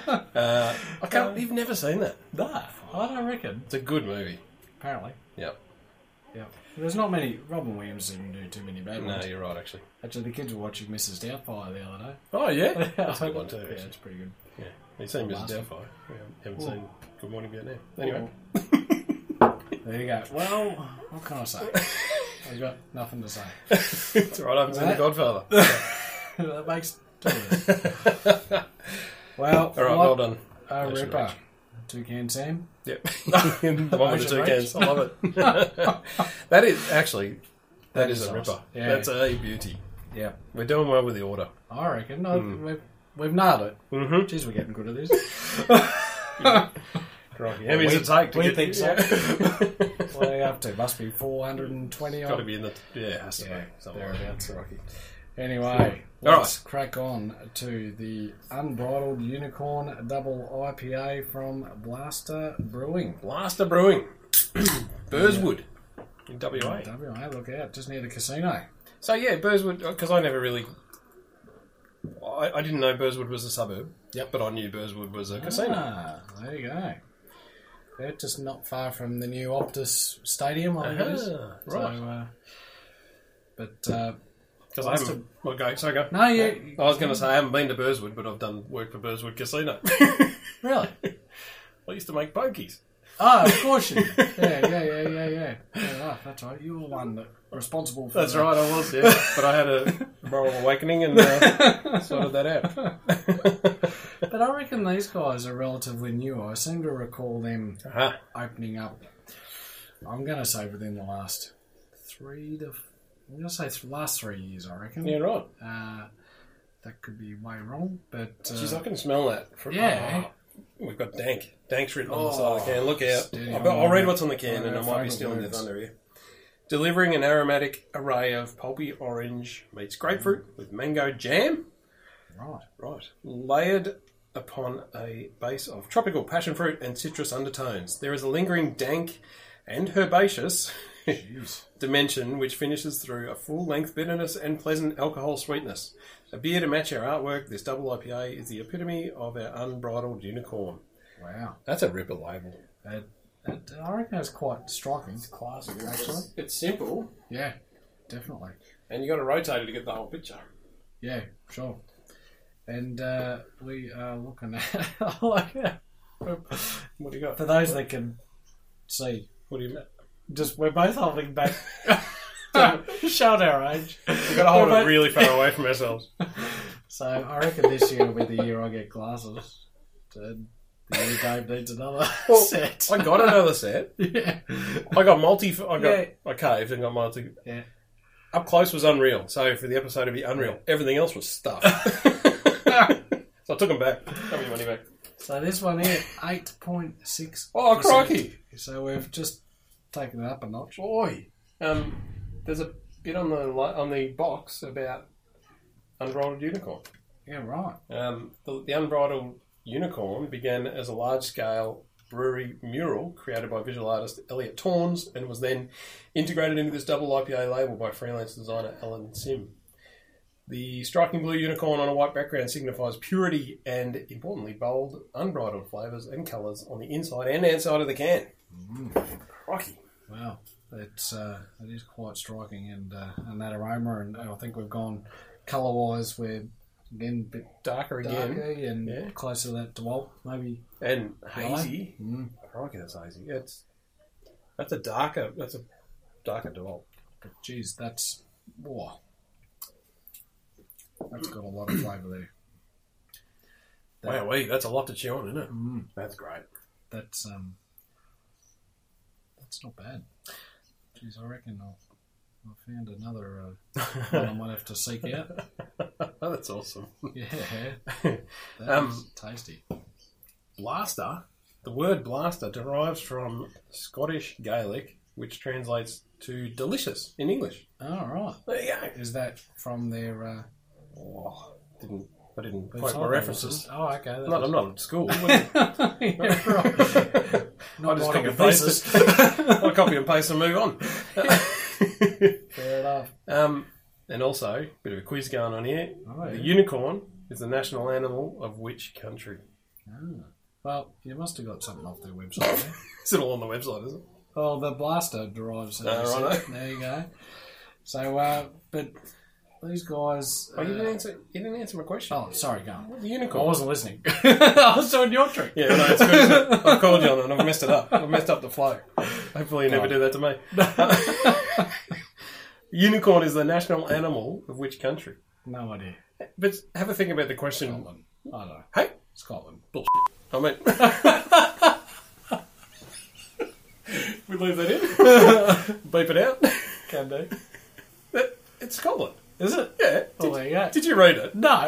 Speaker 1: blue. uh, I can't. You've never seen that?
Speaker 3: Nah, I don't reckon.
Speaker 1: It's a good movie.
Speaker 2: Apparently.
Speaker 1: Yep.
Speaker 2: Yeah. There's not many. Robin Williams didn't do too many bad
Speaker 1: No,
Speaker 2: ones.
Speaker 1: you're right. Actually,
Speaker 2: Actually, the kids were watching Mrs. Doubtfire the other day.
Speaker 3: Oh yeah.
Speaker 2: That's
Speaker 1: a good one too,
Speaker 2: Yeah,
Speaker 1: actually.
Speaker 2: it's pretty good.
Speaker 1: yeah. You've seen Mrs.
Speaker 2: Last
Speaker 1: Doubtfire. We haven't seen Good Morning Vietnam. Anyway,
Speaker 2: There you go. Well, what can I say? I've got nothing to say.
Speaker 1: it's all right. I haven't seen The
Speaker 2: Right.
Speaker 1: Godfather.
Speaker 2: that makes two of us. Well,
Speaker 1: All right, well done.
Speaker 2: A
Speaker 1: Ocean
Speaker 2: ripper.
Speaker 1: Reach.
Speaker 2: Toucan Sam.
Speaker 1: Yep. the one with the
Speaker 2: Ocean
Speaker 1: two
Speaker 2: Reach.
Speaker 1: cans. I love it. that is actually that is,
Speaker 2: is
Speaker 1: a
Speaker 2: nice.
Speaker 1: ripper.
Speaker 2: Yeah.
Speaker 1: That's a beauty.
Speaker 2: Yeah.
Speaker 1: We're doing well with the order.
Speaker 2: I reckon. No,
Speaker 1: Hmm.
Speaker 2: we've, we've nailed it.
Speaker 1: Mm-hmm.
Speaker 2: Jeez, we're getting good at this.
Speaker 1: How many does it take to
Speaker 2: we
Speaker 1: get-
Speaker 2: think so.
Speaker 1: Yeah.
Speaker 2: what are they up to? Must be 420
Speaker 1: Got to
Speaker 2: odd.
Speaker 1: be in the yeah, it has to
Speaker 2: Yeah,
Speaker 1: be somewhere
Speaker 2: thereabouts. Anyway,
Speaker 1: All
Speaker 2: let's crack on to the Unbridled Unicorn Double IPA from Blaster Brewing.
Speaker 1: Blaster Brewing, Burswood, in WA.
Speaker 2: WA, look out, just near the casino.
Speaker 1: So yeah, Burswood because I never really, I, I didn't know Burswood was a suburb. Yep, but I knew Burswood was a casino.
Speaker 2: Ah, there you go. They're just not far from the new Optus Stadium, I think it is.
Speaker 1: Ah,
Speaker 2: So,
Speaker 1: right.
Speaker 2: uh, but uh,
Speaker 1: Because I haven't. Well, go. Sorry, go.
Speaker 2: no, you
Speaker 1: I was going to say I haven't been to Burswood, but I've done work for Burswood Casino.
Speaker 2: really?
Speaker 1: I used to make pokies.
Speaker 2: Oh, of course you. did. Yeah, yeah, yeah, yeah, yeah. yeah right, that's right. You were one that responsible for.
Speaker 1: That's
Speaker 2: the-
Speaker 1: right, I was. Yeah, Uh, but I had a moral awakening and uh, sorted that out.
Speaker 2: But I reckon these guys are relatively new. I seem to recall them
Speaker 1: uh
Speaker 2: opening up. I'm going to say within the last three to. I'm going to say th- last three years. I reckon.
Speaker 1: Yeah, right.
Speaker 2: Uh, that could be way wrong, but uh,
Speaker 1: Jeez, I can smell that. From,
Speaker 2: Yeah.
Speaker 1: Oh, we've got dank. Dank's written on the side of the can. Look out.
Speaker 2: steady
Speaker 1: I've got, I'll
Speaker 2: on.
Speaker 1: read what's Oh, on the can
Speaker 2: Oh,
Speaker 1: and I
Speaker 2: yeah,
Speaker 1: might be
Speaker 2: favourite
Speaker 1: stealing their
Speaker 2: words.
Speaker 1: thunder here. Delivering an aromatic array of pulpy orange meets grapefruit with mango jam.
Speaker 2: right.
Speaker 1: Right. Layered upon a base of tropical passion fruit and citrus undertones. There is a lingering dank and herbaceous
Speaker 2: Jeez.
Speaker 1: dimension which finishes through a full length bitterness and pleasant alcohol sweetness. A beer to match our artwork, this double IPA is the epitome of our unbridled unicorn.
Speaker 2: Wow.
Speaker 1: That's a ripper label.
Speaker 2: That, that, I reckon that's quite striking. It's classic, actually.
Speaker 1: It's simple,
Speaker 2: Yeah, definitely.
Speaker 1: and you got to rotate it to get the whole picture.
Speaker 2: Yeah, sure. And uh, we are looking at. I like it.
Speaker 1: What do you got?
Speaker 2: For those that can see,
Speaker 1: What do you mean?
Speaker 2: just we're both holding back. Showed our age.
Speaker 1: We've got to hold
Speaker 2: Well,
Speaker 1: it
Speaker 2: but-
Speaker 1: really far away from ourselves.
Speaker 2: So I reckon this year will be the year I get glasses. And the year Dave needs another set.
Speaker 1: I got another set.
Speaker 2: yeah.
Speaker 1: I got multi. I got.
Speaker 2: Yeah.
Speaker 1: I caved and got multi.
Speaker 2: Yeah.
Speaker 1: Up close was unreal. So for the episode, it'd be unreal. Everything else was stuff. so I took them back. Got me money back.
Speaker 2: So this one here, 8.6.
Speaker 1: Oh, crikey.
Speaker 2: So we've just taken it up a notch.
Speaker 1: Boy, um, there's a bit on the li- on the box about unbridled unicorn.
Speaker 2: Yeah, right.
Speaker 1: Um, the, the unbridled unicorn began as a large-scale brewery mural created by visual artist Elliot Torns, and was then integrated into this double IPA label by freelance designer Alan Sim. The striking blue unicorn on a white background signifies purity and, importantly, bold, unbridled flavours and colours on the inside and outside of the can. Mm. Crikey.
Speaker 2: Wow, it's uh, it is quite striking, and uh, and that aroma, and I think we've gone colour wise, we're again a bit
Speaker 1: Darker again.
Speaker 2: darker and
Speaker 1: Yeah.
Speaker 2: closer to that dwell, maybe.
Speaker 1: and
Speaker 2: Really?
Speaker 1: hazy.
Speaker 2: Mm.
Speaker 1: Crikey, that's hazy. It's that's a darker. That's a darker dual.
Speaker 2: But geez, that's whoa, that's got a lot of flavour there.
Speaker 1: Wow, wee, that's a lot to chew on, isn't it?
Speaker 2: Mm.
Speaker 1: That's great.
Speaker 2: That's um, that's not bad. Geez, I reckon I'll. I found another uh, one I might have to seek out.
Speaker 1: Oh, that's awesome.
Speaker 2: Yeah, that's
Speaker 1: Um,
Speaker 2: tasty.
Speaker 1: Blaster. The word blaster derives from Scottish Gaelic, which translates to delicious in English.
Speaker 2: All right,
Speaker 1: There you go.
Speaker 2: is that from their? Uh,
Speaker 1: Oh, didn't I didn't
Speaker 2: It's
Speaker 1: quote my
Speaker 2: not
Speaker 1: references?
Speaker 2: racist. Oh, okay. that
Speaker 1: I'm not, I'm
Speaker 2: was-
Speaker 1: not at school.
Speaker 2: Yeah, right.
Speaker 1: I just
Speaker 2: writing
Speaker 1: copy
Speaker 2: a
Speaker 1: and paste it. I copy and paste and move on.
Speaker 2: Fair enough.
Speaker 1: Um, And also, bit of a quiz going on here.
Speaker 2: Oh,
Speaker 1: The
Speaker 2: yeah.
Speaker 1: unicorn is the national animal of which country?
Speaker 2: Ah. Well, you must have got something off their website. eh?
Speaker 1: It's all on the website, isn't it?
Speaker 2: Oh, the blaster derives. it,
Speaker 1: Ah,
Speaker 2: I said.
Speaker 1: righto.
Speaker 2: There you go. So, uh, but these guys.
Speaker 1: Oh, you
Speaker 2: uh,
Speaker 1: didn't answer. You didn't answer my question.
Speaker 2: oh, sorry, go on.
Speaker 1: The
Speaker 2: I
Speaker 1: unicorn.
Speaker 2: wasn't listening. I was doing your trick.
Speaker 1: Oh, Yeah, no, it's good. isn't it? I've called you on it and I've messed it up. I've messed up the flow. Hopefully, you never do that to me. Unicorn is the national animal of which country?
Speaker 2: No idea.
Speaker 1: But have a think about the question.
Speaker 2: Scotland. I don't know.
Speaker 1: Hey,
Speaker 2: Scotland.
Speaker 1: I mean,
Speaker 2: We leave that in?
Speaker 1: beep it out.
Speaker 2: Can do.
Speaker 1: It- It's Scotland.
Speaker 2: Is it?
Speaker 1: Yeah. Did,
Speaker 2: Oh, there you go.
Speaker 1: did you read it?
Speaker 2: No.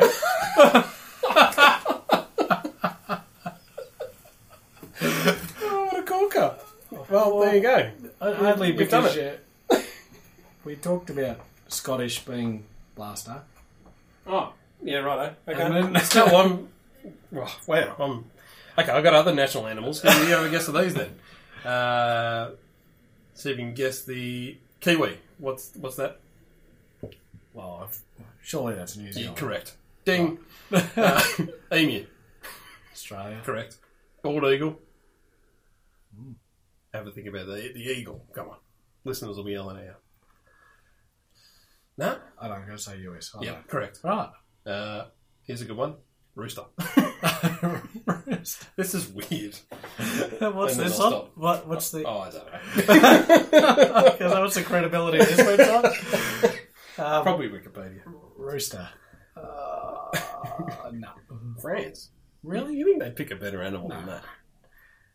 Speaker 1: Oh, what a corker. Well, there you go.
Speaker 2: Only
Speaker 1: You've done
Speaker 2: because uh, we talked about Scottish being blaster.
Speaker 1: Oh, yeah, righto. Okay.
Speaker 2: And then-
Speaker 1: Still, I'm. Oh, wow, I'm. Okay, I've got other national animals. Can you have a guess of these then? Uh, see if you can guess the kiwi. What's what's that?
Speaker 2: Well, I've, surely that's New Zealand.
Speaker 1: Correct. Ding. Uh, emu.
Speaker 2: Australia.
Speaker 1: Correct. Bald eagle. Hmm. Have a think about the the eagle. Come on, listeners will be yelling out. No.
Speaker 2: I don't go say US. I
Speaker 1: Yeah.
Speaker 2: don't.
Speaker 1: Correct.
Speaker 2: Right.
Speaker 1: Uh, here's a good one. Rooster.
Speaker 2: What's
Speaker 1: this is weird. then
Speaker 2: this
Speaker 1: I'll
Speaker 2: on?
Speaker 1: stop.
Speaker 2: What, what's the?
Speaker 1: Oh, I don't know.
Speaker 2: Because what's the credibility of this website? Uh,
Speaker 1: Probably Wikipedia.
Speaker 2: Rooster. Uh, no.
Speaker 1: France.
Speaker 2: Really?
Speaker 1: You think they'd pick a better animal than that?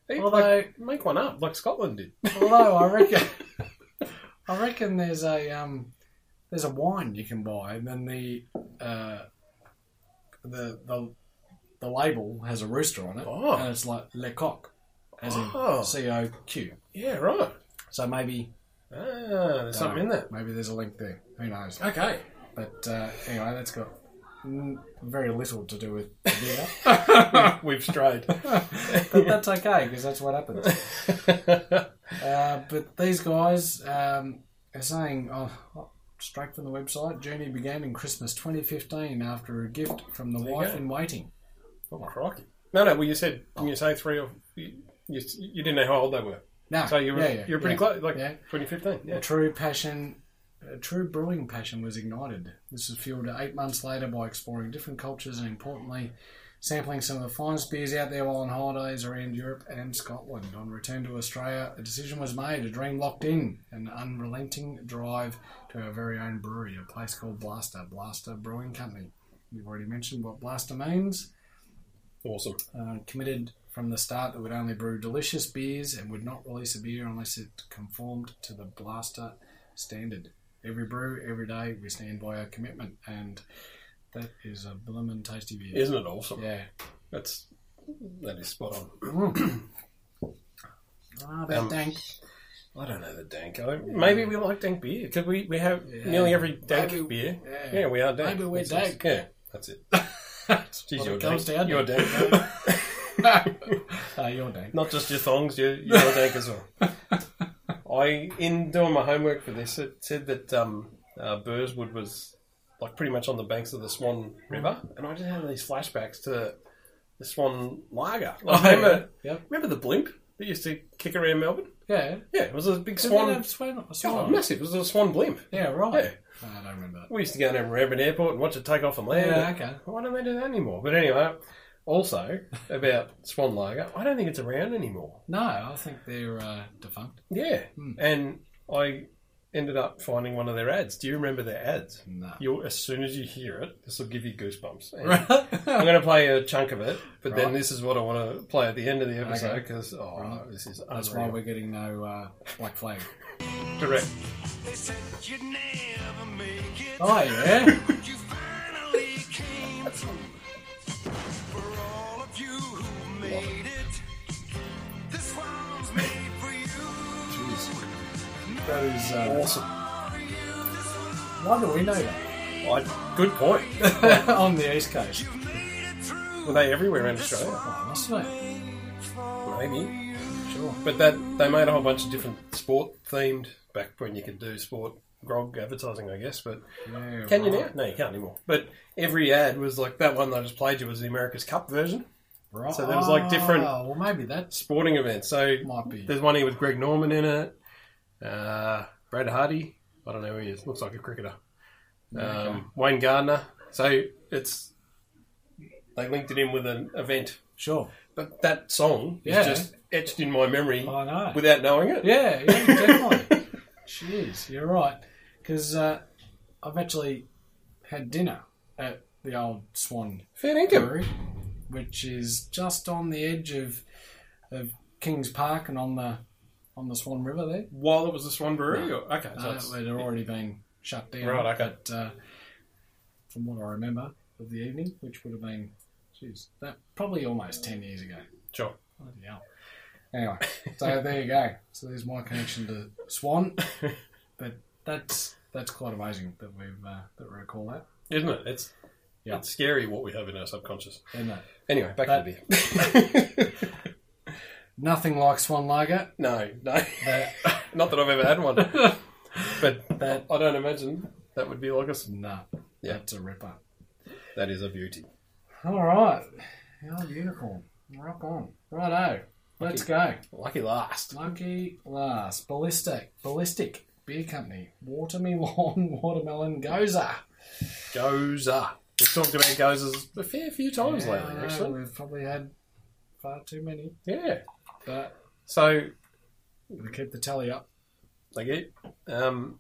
Speaker 1: They,
Speaker 2: Although-
Speaker 1: like, make one up like Scotland did.
Speaker 2: Although I reckon, I reckon there's a um, there's a wine you can buy, and then the uh, the the the label has a rooster on it,
Speaker 1: Oh.
Speaker 2: and it's like Le Coq, as
Speaker 1: Oh.
Speaker 2: in C O Q.
Speaker 1: yeah, right.
Speaker 2: So maybe uh,
Speaker 1: Ah, there's something in that.
Speaker 2: Maybe there's a link there. Who knows?
Speaker 1: Okay.
Speaker 2: But uh, anyway, that's got mm, very little to do with beer.
Speaker 1: We've strayed. Oh,
Speaker 2: but that's okay because that's what happens. Uh, but these guys um, are saying, oh, oh, straight from the website, journey began in Christmas 2015 after a gift from the
Speaker 1: you
Speaker 2: wife
Speaker 1: go.
Speaker 2: in waiting.
Speaker 1: oh, crikey. No, no, well, you said, didn't you say three or. You, you, you didn't know how old they were.
Speaker 2: No,
Speaker 1: So you were,
Speaker 2: yeah, yeah,
Speaker 1: you were pretty
Speaker 2: yeah,
Speaker 1: close, like
Speaker 2: yeah.
Speaker 1: 2015.
Speaker 2: A
Speaker 1: Yeah.
Speaker 2: true passion, a true brewing passion was ignited. This was fueled eight months later by exploring different cultures and, importantly, sampling some of the finest beers out there while on holidays around Europe and Scotland. On return to Australia, a decision was made, a dream locked in, an unrelenting drive to our very own brewery, a place called Blaster, Blaster Brewing Company. We've already mentioned what Blaster means
Speaker 1: Awesome.
Speaker 2: uh, committed from the start that would only brew delicious beers and would not release a beer unless it conformed to the blaster standard. Every brew, every day, we stand by our commitment, and that is a bloomin' tasty beer.
Speaker 1: Isn't it awesome?
Speaker 2: Yeah.
Speaker 1: That's. That is spot on.
Speaker 2: Ah, that
Speaker 1: Um,
Speaker 2: dank.
Speaker 1: I don't know the dank. I don't, maybe we like dank beer because we, we have nearly every dank
Speaker 2: Maybe-
Speaker 1: beer.
Speaker 2: yeah.
Speaker 1: Yeah. we are dank.
Speaker 2: Maybe we're
Speaker 1: That's us.
Speaker 2: dank.
Speaker 1: Yeah, that's it. Jeez,
Speaker 2: what
Speaker 1: you're
Speaker 2: it comes
Speaker 1: dank.
Speaker 2: down to.
Speaker 1: You're dank.
Speaker 2: Ah, you're dank.
Speaker 1: Not just your thongs, you're, you're dank as well. I, in doing my homework for this, it said that um, uh, Burswood was like pretty much on the banks of the Swan River,
Speaker 2: Mm.
Speaker 1: and I just had these flashbacks to the Swan Lager. Like,
Speaker 2: Oh,
Speaker 1: remember,
Speaker 2: yeah. Yep.
Speaker 1: remember the blimp that used to kick around Melbourne?
Speaker 2: Yeah.
Speaker 1: Yeah, it was a big
Speaker 2: Did they
Speaker 1: swan.
Speaker 2: have Swan.
Speaker 1: Oh,
Speaker 2: swan?
Speaker 1: massive! It was a swan blimp.
Speaker 2: Yeah, right.
Speaker 1: Yeah.
Speaker 2: Ah, I don't remember that.
Speaker 1: We used to go down to Melbourne Airport and watch it take off and land.
Speaker 2: Yeah, okay.
Speaker 1: Why don't they do that anymore? But anyway, also about Swan Lager, I don't think it's around anymore.
Speaker 2: No, I think they're uh, defunct.
Speaker 1: Yeah.
Speaker 2: Hmm.
Speaker 1: And I ended up finding one of their ads. Do you remember their ads?
Speaker 2: No.
Speaker 1: You'll, as soon as you hear it, this will give you goosebumps. And I'm going to play a chunk of it, but then
Speaker 2: Right.
Speaker 1: this is what I want to play at the end of the episode
Speaker 2: Okay.
Speaker 1: because oh, this is
Speaker 2: That's
Speaker 1: unreal.
Speaker 2: why we're getting no uh, black flag.
Speaker 1: correct.
Speaker 5: They said you'd never make it.
Speaker 2: Oh yeah.
Speaker 5: But you finally came through. For all of you who made it, this one's made for you.
Speaker 2: That is uh,
Speaker 1: Awesome.
Speaker 2: why do we know that?
Speaker 1: I, good point.
Speaker 2: On the East Coast.
Speaker 1: Were they everywhere in Australia?
Speaker 2: Oh, must be.
Speaker 1: Maybe.
Speaker 2: Sure.
Speaker 1: But that they made a whole bunch of different sport themed back when you could do sport grog advertising, I guess. But
Speaker 2: Yeah,
Speaker 1: can you
Speaker 2: right.
Speaker 1: now? No, you can't anymore. But every ad was like that one that I just played you was the America's Cup version,
Speaker 2: Right.
Speaker 1: So there was, like, different-
Speaker 2: Ah, well, maybe that
Speaker 1: sporting event. So
Speaker 2: might be.
Speaker 1: there's one here with Greg Norman in it, uh, Brad Hardy. I don't know who he is. Looks like a cricketer. Um, Wayne Gardner. So it's they linked it in with an event.
Speaker 2: Sure.
Speaker 1: But that song
Speaker 2: Yeah.
Speaker 1: is just etched in my memory
Speaker 2: I know.
Speaker 1: without knowing it.
Speaker 2: Yeah, yeah, definitely. Jeez, you're right. Because uh, I've actually had dinner at the old Swan
Speaker 1: Fair dinkum.
Speaker 2: Brewery, which is just on the edge of of Kings Park and on the on the Swan River there.
Speaker 1: While it was the Swan Brewery? Or, okay, so
Speaker 2: Uh,
Speaker 1: it's,
Speaker 2: it had already been shut down.
Speaker 1: Right, okay.
Speaker 2: But uh, from what I remember of the evening, which would have been, jeez, that probably almost ten years ago.
Speaker 1: sure.
Speaker 2: Bloody hell. Anyway, so there you go. So there's my connection to Swan. But that's that's quite amazing that we've uh, that we recall that.
Speaker 1: Isn't it? It's,
Speaker 2: Yeah.
Speaker 1: it's scary what we have in our subconscious.
Speaker 2: Isn't it?
Speaker 1: Anyway, back
Speaker 2: That-
Speaker 1: to the beer.
Speaker 2: Nothing like Swan Lager.
Speaker 1: no, no.
Speaker 2: That
Speaker 1: Not that I've ever had one. but
Speaker 2: That-
Speaker 1: I don't imagine that would be like us.
Speaker 2: no,
Speaker 1: Yeah.
Speaker 2: that's a ripper.
Speaker 1: That is a beauty.
Speaker 2: All right, our unicorn. Rock on. Righto. Let's go.
Speaker 1: Lucky last.
Speaker 2: Lucky last. Ballistic. Ballistic Beer Company. Watermelon. Watermelon Goza.
Speaker 1: Goza. We've talked about Gozas a fair few times
Speaker 2: Yeah, I
Speaker 1: lately,
Speaker 2: know,
Speaker 1: actually.
Speaker 2: We've probably had far too many,
Speaker 1: Yeah.
Speaker 2: but
Speaker 1: So
Speaker 2: we keep the tally up.
Speaker 1: Thank you. Um,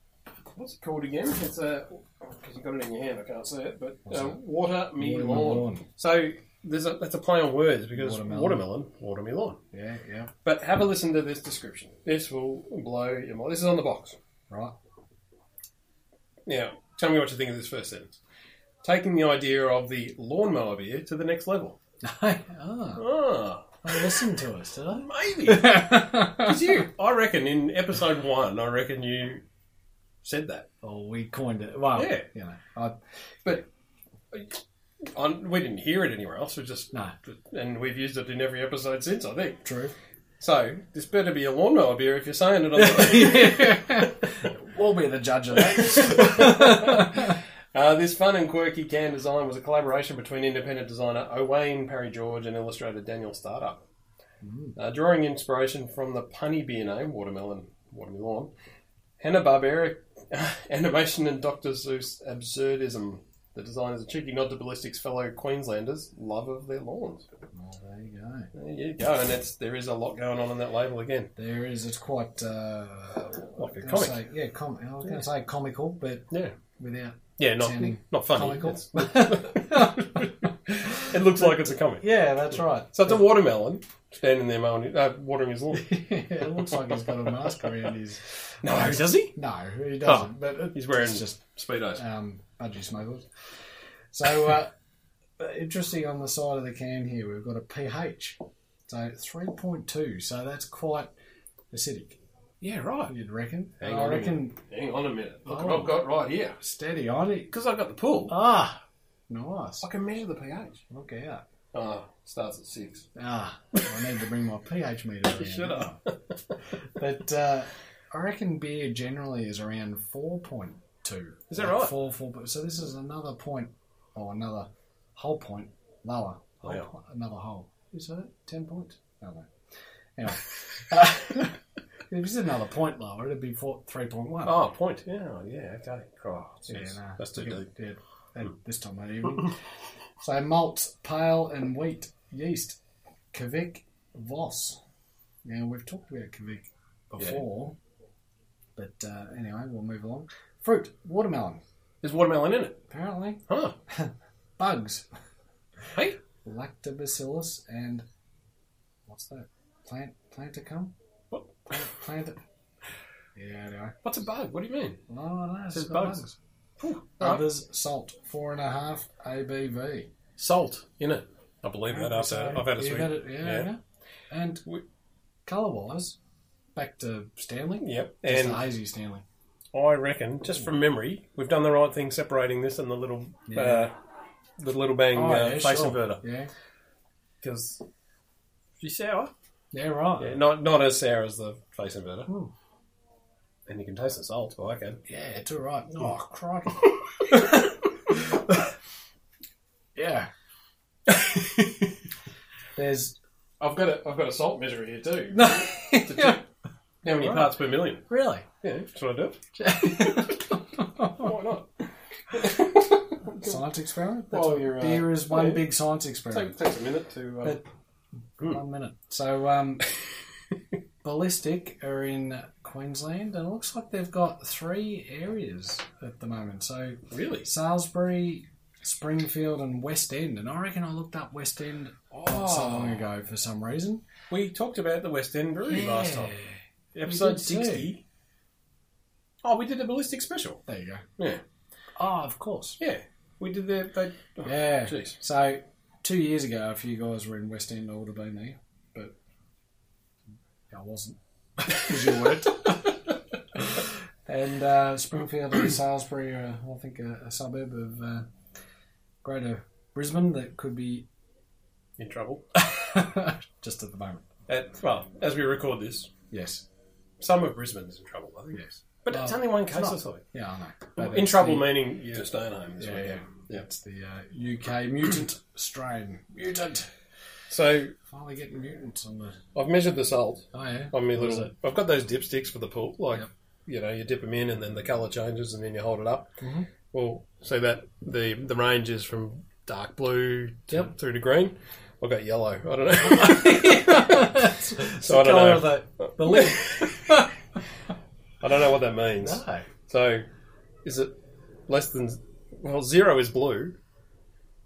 Speaker 1: what's it called again? It's a because you've got it in your hand. I can't see it, but uh,
Speaker 2: that?
Speaker 1: water me
Speaker 2: Watermelon.
Speaker 1: lawn. So there's a that's a play on words because
Speaker 2: Watermelon.
Speaker 1: watermelon, water me lawn.
Speaker 2: Yeah, yeah.
Speaker 1: But have a listen to this description. This will blow your mind. This is on the box.
Speaker 2: Right.
Speaker 1: Now, tell me what you think of this first sentence. Taking the idea of the lawnmower beer to the next level.
Speaker 2: ah,
Speaker 1: Ah,
Speaker 2: I listened to us, did I?
Speaker 1: maybe. It's you. I reckon in episode one, I reckon you said that.
Speaker 2: oh, we coined it. Well,
Speaker 1: Yeah.
Speaker 2: you know, I,
Speaker 1: But on, we didn't hear it anywhere else. We just
Speaker 2: No.
Speaker 1: and we've used it in every episode since. I think.
Speaker 2: true.
Speaker 1: So this better be a lawnmower beer if you're saying it. On the,
Speaker 2: we'll be the judge of that.
Speaker 1: uh, this fun and quirky can design was a collaboration between independent designer Owain Parry George and illustrator Daniel Startup, uh, drawing inspiration from the punny beer name Watermelon Watermelon, Hanna Barbera animation and Doctor Zeus absurdism. The design is a cheeky nod to Ballistic's fellow Queenslanders' love of their lawns.
Speaker 2: well, there you go.
Speaker 1: There you go, and it's there is a lot going on in that label again.
Speaker 2: There is. It's quite. Uh,
Speaker 1: Like a
Speaker 2: I was gonna
Speaker 1: comic.
Speaker 2: Say, yeah, com- I was going to say comical, but
Speaker 1: Yeah,
Speaker 2: without
Speaker 1: yeah, not
Speaker 2: Sounding
Speaker 1: not funny.
Speaker 2: comical.
Speaker 1: It's- it looks like it's a comic.
Speaker 2: yeah, that's right.
Speaker 1: So it's a watermelon standing there mowing, uh, watering his lawn.
Speaker 2: it looks like he's got a mask around his.
Speaker 1: no, does he?
Speaker 2: No, he doesn't.
Speaker 1: Oh,
Speaker 2: but it-
Speaker 1: He's wearing
Speaker 2: it's just
Speaker 1: speedos.
Speaker 2: um, budgie smugglers. So, uh, interesting on the side of the can here, we've got a pH. So 3.2, so that's quite acidic,
Speaker 1: yeah, right.
Speaker 2: you'd reckon.
Speaker 1: Hang
Speaker 2: I
Speaker 1: on a
Speaker 2: reckon
Speaker 1: Hang on a minute. Look
Speaker 2: Oh.
Speaker 1: what I've got right here
Speaker 2: steady on it.
Speaker 1: because I've got the pool.
Speaker 2: Ah, nice.
Speaker 1: I can measure the pH.
Speaker 2: Look out.
Speaker 1: Ah, starts at six.
Speaker 2: Ah, I need to bring my pH meter around.
Speaker 1: Shut up.
Speaker 2: But uh, I reckon beer generally is around 4.2.
Speaker 1: Is that
Speaker 2: Like
Speaker 1: right?
Speaker 2: 4, 4, but- so this is another point, or another whole point lower. Whole
Speaker 1: Wow.
Speaker 2: point- another whole. Is that it? 10 points? No, no. Anyway. uh, if it's another point lower, it'd be four, 3.1.
Speaker 1: oh, point. Yeah, yeah. Okay. Oh,
Speaker 2: yeah,
Speaker 1: jeez.
Speaker 2: nah,
Speaker 1: That's too
Speaker 2: we could-
Speaker 1: deep. Mm.
Speaker 2: yeah, at this time of the evening. so malts, pale and wheat, yeast, Kvik, Voss. Now we've talked about Kvik before, but uh, anyway, we'll move along. Fruit, watermelon,
Speaker 1: There's watermelon in it,
Speaker 2: apparently.
Speaker 1: huh?
Speaker 2: Bugs,
Speaker 1: Hey,
Speaker 2: lactobacillus, and what's that? Plant, planticum?
Speaker 1: What?
Speaker 2: Plant, plant. Yeah, anyway.
Speaker 1: what's a bug? What do you mean?
Speaker 2: No, no, it's
Speaker 1: Says
Speaker 2: got
Speaker 1: bugs. Phew. Alright.
Speaker 2: Others, salt, four and a half ABV.
Speaker 1: salt in it. I believe that after
Speaker 2: So,
Speaker 1: I've had a
Speaker 2: you've
Speaker 1: sweet.
Speaker 2: had it, yeah, yeah. And
Speaker 1: We-
Speaker 2: colour wise, back to Stanley.
Speaker 1: Yep.
Speaker 2: Just
Speaker 1: And
Speaker 2: a hazy Stanley.
Speaker 1: I reckon, just from memory, we've done the right thing separating this and the little, uh,
Speaker 2: Yeah.
Speaker 1: the little bang uh,
Speaker 2: Oh, yeah,
Speaker 1: face
Speaker 2: sure.
Speaker 1: inverter
Speaker 2: Yeah.
Speaker 1: because she's sour.
Speaker 2: Yeah, right.
Speaker 1: Yeah, not not as sour as the face inverter.
Speaker 2: Ooh.
Speaker 1: and you can taste the salt. I like it.
Speaker 2: Yeah, it's all right. Oh, crikey. yeah. There's
Speaker 1: I've got a I've got a salt measure here too.
Speaker 2: no.
Speaker 1: How many parts per million?
Speaker 2: really.
Speaker 1: Yeah, that's what I do. Why not?
Speaker 2: Science experiment.
Speaker 1: Well, you're, uh,
Speaker 2: beer is one
Speaker 1: yeah.
Speaker 2: big science experiment.
Speaker 1: Take, takes a minute to. Um,
Speaker 2: But- One minute. So, um, Ballistic are in Queensland, and it looks like they've got three areas at the moment. So,
Speaker 1: really?
Speaker 2: Salisbury, Springfield, and West End. And I reckon I looked up West End not so long ago for some reason.
Speaker 1: We talked about the West End Brewery last time.
Speaker 2: did
Speaker 1: Episode
Speaker 2: too.
Speaker 1: 60. Oh, we did a ballistic special.
Speaker 2: There you go.
Speaker 1: Yeah.
Speaker 2: Ah, of course.
Speaker 1: Yeah. We did the. They, oh,
Speaker 2: Yeah.
Speaker 1: Jeez.
Speaker 2: So two years ago, if you guys were in West End, I would have been there, E, but I wasn't. Because you weren't. and uh, Springfield and Salisbury are, I think, a, a suburb of uh, Greater Brisbane that could be
Speaker 1: In trouble.
Speaker 2: just at the moment.
Speaker 1: At, well, as we record this,
Speaker 2: Yes.
Speaker 1: some of Brisbane is in trouble, I think.
Speaker 2: Yes.
Speaker 1: But it's only one case, I thought.
Speaker 2: Yeah, I know. But
Speaker 1: In
Speaker 2: it's
Speaker 1: trouble
Speaker 2: the,
Speaker 1: meaning you're staying home this
Speaker 2: Yeah,
Speaker 1: weekend.
Speaker 2: yeah. That's the uh, UK mutant strain. Mutant.
Speaker 1: So
Speaker 2: Finally getting mutants on the.
Speaker 1: I've measured the salt
Speaker 2: Oh yeah.
Speaker 1: on my
Speaker 2: What is
Speaker 1: little.
Speaker 2: it?
Speaker 1: I've got those dipsticks for the pool. Like,
Speaker 2: Yep.
Speaker 1: you know, you dip them in and then the colour changes and then you hold it up. Mm-hmm. Well, so that the the range is from dark blue to,
Speaker 2: Yep.
Speaker 1: through to green. I got yellow. I don't know. so I don't
Speaker 2: Colour
Speaker 1: know.
Speaker 2: of the, the lid.
Speaker 1: I don't know what that means.
Speaker 2: No.
Speaker 1: So, is it less than? Well, zero is blue.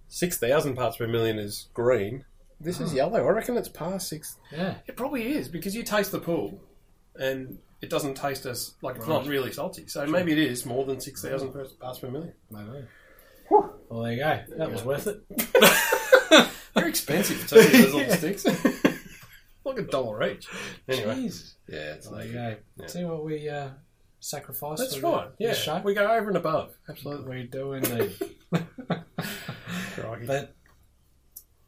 Speaker 1: Six thousand parts per million is green. This is yellow. I reckon it's past six.
Speaker 2: Yeah.
Speaker 1: Hmm. It probably is because you taste the pool, and it doesn't taste as like it's not really salty. So maybe it is more than six thousand parts per million.
Speaker 2: Maybe. Well, there you go. That was worth it.
Speaker 1: They're expensive too. Those little sticks, like a dollar each. Anyway,
Speaker 2: Jesus.
Speaker 1: yeah, it's
Speaker 2: There
Speaker 1: like
Speaker 2: you go. See what we uh, sacrificed.
Speaker 1: that's
Speaker 2: for
Speaker 1: right.
Speaker 2: the- the
Speaker 1: Yeah,
Speaker 2: show?
Speaker 1: we go over and above. Absolutely.
Speaker 2: we do indeed. but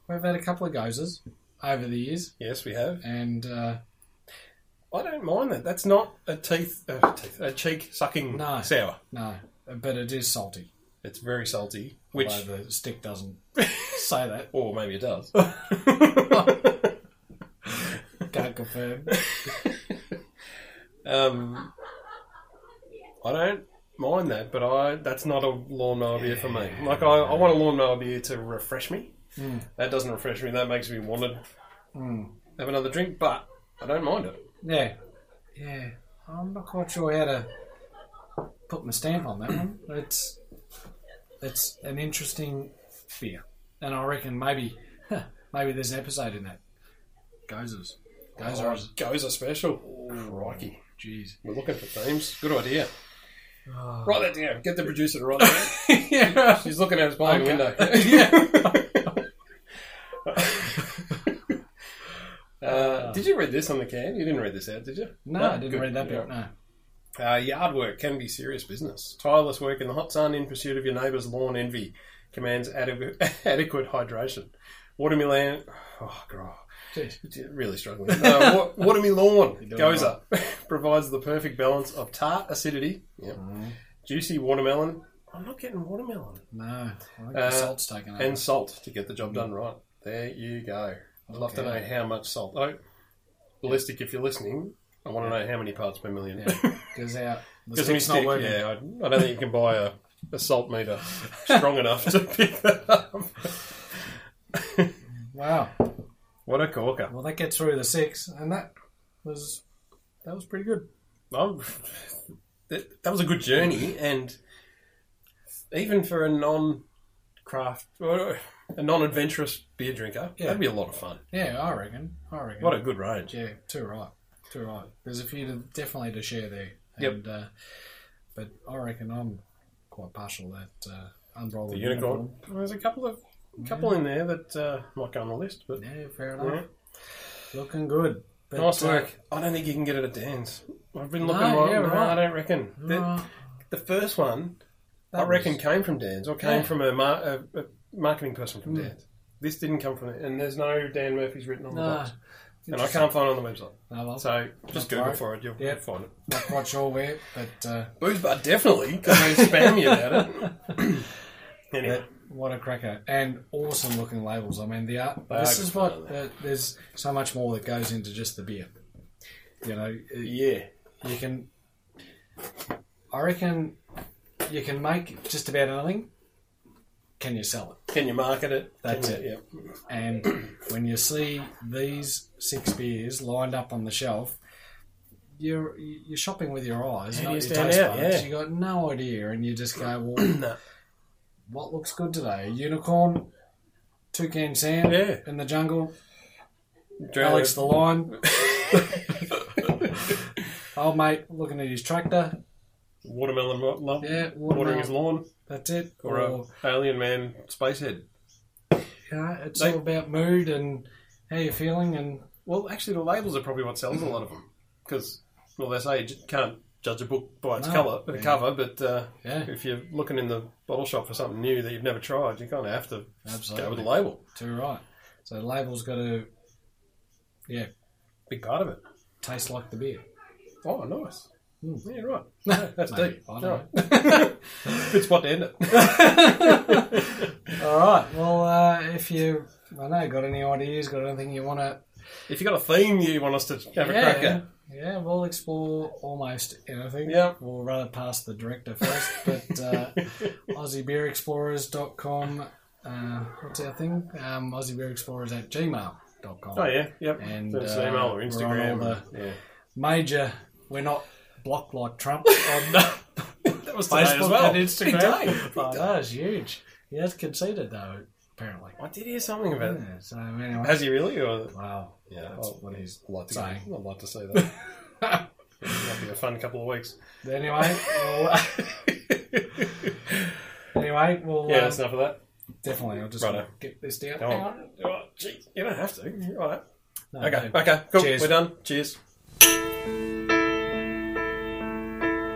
Speaker 2: we've had a couple of gozes over the years,
Speaker 1: yes, we have.
Speaker 2: and uh,
Speaker 1: I don't mind that. That's not a teeth, uh, teeth a cheek sucking
Speaker 2: No.
Speaker 1: sour.
Speaker 2: no, but it is salty.
Speaker 1: It's very salty, which
Speaker 2: although the stick doesn't say that.
Speaker 1: or maybe it does.
Speaker 2: Can't confirm.
Speaker 1: um, I don't mind that, but I that's not a lawnmower beer for me. Like I, I want a lawnmower beer to refresh me. That doesn't refresh me. That makes me want to have another drink, but I don't mind it.
Speaker 2: Yeah, yeah. I'm not quite sure how to put my stamp on that one. It's it's an interesting beer, and I reckon maybe huh, maybe there's an episode in that. Gozers, gozers.
Speaker 1: Oh, goes a special. Crikey,
Speaker 2: Jeez.
Speaker 1: we're looking for themes. Good idea.
Speaker 2: Oh.
Speaker 1: Write that down. Get the producer to write that down.
Speaker 2: yeah.
Speaker 1: She's looking out behind the window. Uh, did you read this on the can? You didn't read this out, did you?
Speaker 2: No, I didn't
Speaker 1: Good.
Speaker 2: read that bit.
Speaker 1: Yeah.
Speaker 2: No.
Speaker 1: Uh, yard work can be serious business. Tireless work in the hot sun in pursuit of your neighbour's lawn envy commands adequ- adequate hydration. Watermelon. Oh, God.
Speaker 2: Jeez.
Speaker 1: Really struggling. Uh, wa- watermelon
Speaker 2: doing
Speaker 1: goes up. Provides the perfect balance of tart acidity. Yep.
Speaker 2: Mm-hmm.
Speaker 1: Juicy watermelon. I'm not getting watermelon.
Speaker 2: No. I think
Speaker 1: Uh,
Speaker 2: the salt's taken over.
Speaker 1: and salt to get the job done right. There you go. I'd love to know
Speaker 2: Okay.
Speaker 1: how much salt. Oh, ballistic, if you're listening, I want to know how many parts per million.
Speaker 2: Because our the
Speaker 1: Because when you
Speaker 2: stick's not
Speaker 1: stick,
Speaker 2: working.
Speaker 1: yeah, I, I don't think you can buy a, a salt meter strong enough to pick that up.
Speaker 2: Wow.
Speaker 1: What a corker!
Speaker 2: Well, that gets through the six, and that was that was pretty good.
Speaker 1: I'm- that, that was a good journey, and even for a non-craft, or a non-adventurous beer drinker,
Speaker 2: Yeah.
Speaker 1: that'd be a lot of fun.
Speaker 2: Yeah, I reckon. I reckon.
Speaker 1: What a good range!
Speaker 2: Yeah, too right, too right. There's a few to, definitely to share there.
Speaker 1: Yep.
Speaker 2: And, uh, but I reckon I'm quite partial to that uh, unrolled
Speaker 1: The unicorn. There's a couple of couple in there that uh, might go on the list, but
Speaker 2: Yeah, fair enough. Looking good. But,
Speaker 1: nice
Speaker 2: uh,
Speaker 1: work. I don't think you can get it at Dan's. I've been looking.
Speaker 2: No,
Speaker 1: right,
Speaker 2: yeah,
Speaker 1: no,
Speaker 2: right.
Speaker 1: I don't reckon. The-
Speaker 2: uh,
Speaker 1: The first one, I
Speaker 2: That
Speaker 1: reckon,
Speaker 2: was-
Speaker 1: came from Dan's or came
Speaker 2: Yeah. Hmm.
Speaker 1: from a, mar- a, a marketing person from Dan's. This didn't come from it, and there's no Dan Murphy's written on the
Speaker 2: nah,
Speaker 1: box. and I can't find it on the website.
Speaker 2: No, well,
Speaker 1: So just Google
Speaker 2: right.
Speaker 1: for it. You'll
Speaker 2: Yeah.
Speaker 1: you'll find it.
Speaker 2: not quite sure where, but uh,
Speaker 1: Booze Bar definitely because they spam you about it. anyway,
Speaker 2: What a cracker and awesome looking labels. I mean, the art.
Speaker 1: They
Speaker 2: this
Speaker 1: are
Speaker 2: is
Speaker 1: good
Speaker 2: what uh, there's so much more that goes into just the beer. You know, you
Speaker 1: yeah,
Speaker 2: can. I reckon you can make just about anything. Can you sell it?
Speaker 1: can you market it?
Speaker 2: That's
Speaker 1: Can you-
Speaker 2: it. And when you see these six beers lined up on the shelf, you're you're shopping with your eyes,
Speaker 1: How do
Speaker 2: not your
Speaker 1: you stand
Speaker 2: taste
Speaker 1: out?
Speaker 2: buds.
Speaker 1: Yeah.
Speaker 2: You got no idea, and you just go, well, what looks good today? A unicorn, toucan Sam
Speaker 1: Yeah. Uh,
Speaker 2: in the jungle,
Speaker 1: Yeah. Drown
Speaker 2: Alex
Speaker 1: it.
Speaker 2: the lion, old mate looking at his tractor.
Speaker 1: watermelon wa- love
Speaker 2: Yeah, Oh.
Speaker 1: watering his
Speaker 2: lawn.
Speaker 1: lawn,
Speaker 2: That's it.
Speaker 1: or a alien man space head.
Speaker 2: you know, it's
Speaker 1: They-
Speaker 2: all about mood and how you're feeling. And
Speaker 1: Well, actually, the labels are probably what sells a lot of them because, well, they say you j- can't judge a book by its
Speaker 2: No.
Speaker 1: colour, the cover, but uh,
Speaker 2: Yeah.
Speaker 1: if you're looking in the bottle shop for something new that you've never tried, you kind of have to go with
Speaker 2: Absolutely.
Speaker 1: the label.
Speaker 2: too right. So the label's got to, yeah,
Speaker 1: Big part of it.
Speaker 2: taste like the beer.
Speaker 1: Oh, nice. Yeah, right. that's
Speaker 2: Hmm. Maybe.
Speaker 1: deep.
Speaker 2: I don't
Speaker 1: Right. it's what to end it.
Speaker 2: All right. Well, uh, if you, I don't know, got any ideas, got anything you want to
Speaker 1: If you've got a theme you want us to have a crack at,
Speaker 2: Yeah, we'll explore almost anything.
Speaker 1: Yep.
Speaker 2: We'll run it past the director first, but uh, AussieBeerExplorers.com, uh, what's our thing? Um, AussieBeerExplorers at gmail.com.
Speaker 1: oh yeah, yep.
Speaker 2: And,
Speaker 1: Send us an
Speaker 2: uh,
Speaker 1: email or
Speaker 2: we're on
Speaker 1: Instagram.
Speaker 2: all
Speaker 1: or- yeah.
Speaker 2: Major, we're not blocked like Trump on uh,
Speaker 1: That was today
Speaker 2: Facebook
Speaker 1: as well.
Speaker 2: and Instagram.
Speaker 1: Big day.
Speaker 2: Oh, that is huge. He has conceded, though, apparently.
Speaker 1: I did hear something about it.
Speaker 2: Yeah, so, anyway.
Speaker 1: Has he really? Or
Speaker 2: wow.
Speaker 1: Yeah,
Speaker 2: That's
Speaker 1: I'll-
Speaker 2: what he's
Speaker 1: I'd like to,
Speaker 2: saying.
Speaker 1: I'd like to see that. That'd be a fun couple of weeks.
Speaker 2: Anyway, we'll, anyway, we'll
Speaker 1: Yeah,
Speaker 2: um,
Speaker 1: that's enough of that.
Speaker 2: definitely. I'll just
Speaker 1: Righto.
Speaker 2: get this down.
Speaker 1: Go on. Oh, geez. You don't have to. You're all right.
Speaker 2: No,
Speaker 1: Okay,
Speaker 2: no.
Speaker 1: okay, cool.
Speaker 2: Cheers.
Speaker 1: We're done. Cheers.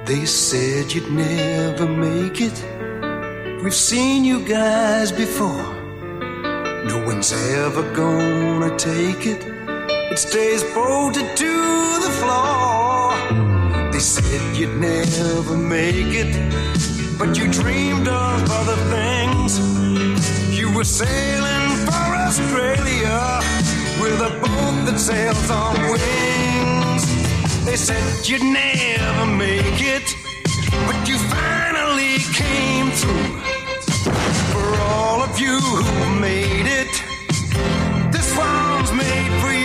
Speaker 5: They said you'd never make it. We've seen you guys before. No one's ever gonna take it. It stays bolted to the floor. They said you'd never make it, but you dreamed of other things. You were sailing for Australia with a boat that sails on wings. They said you'd never make it, but you finally came through. For all of you who made it, this one's made for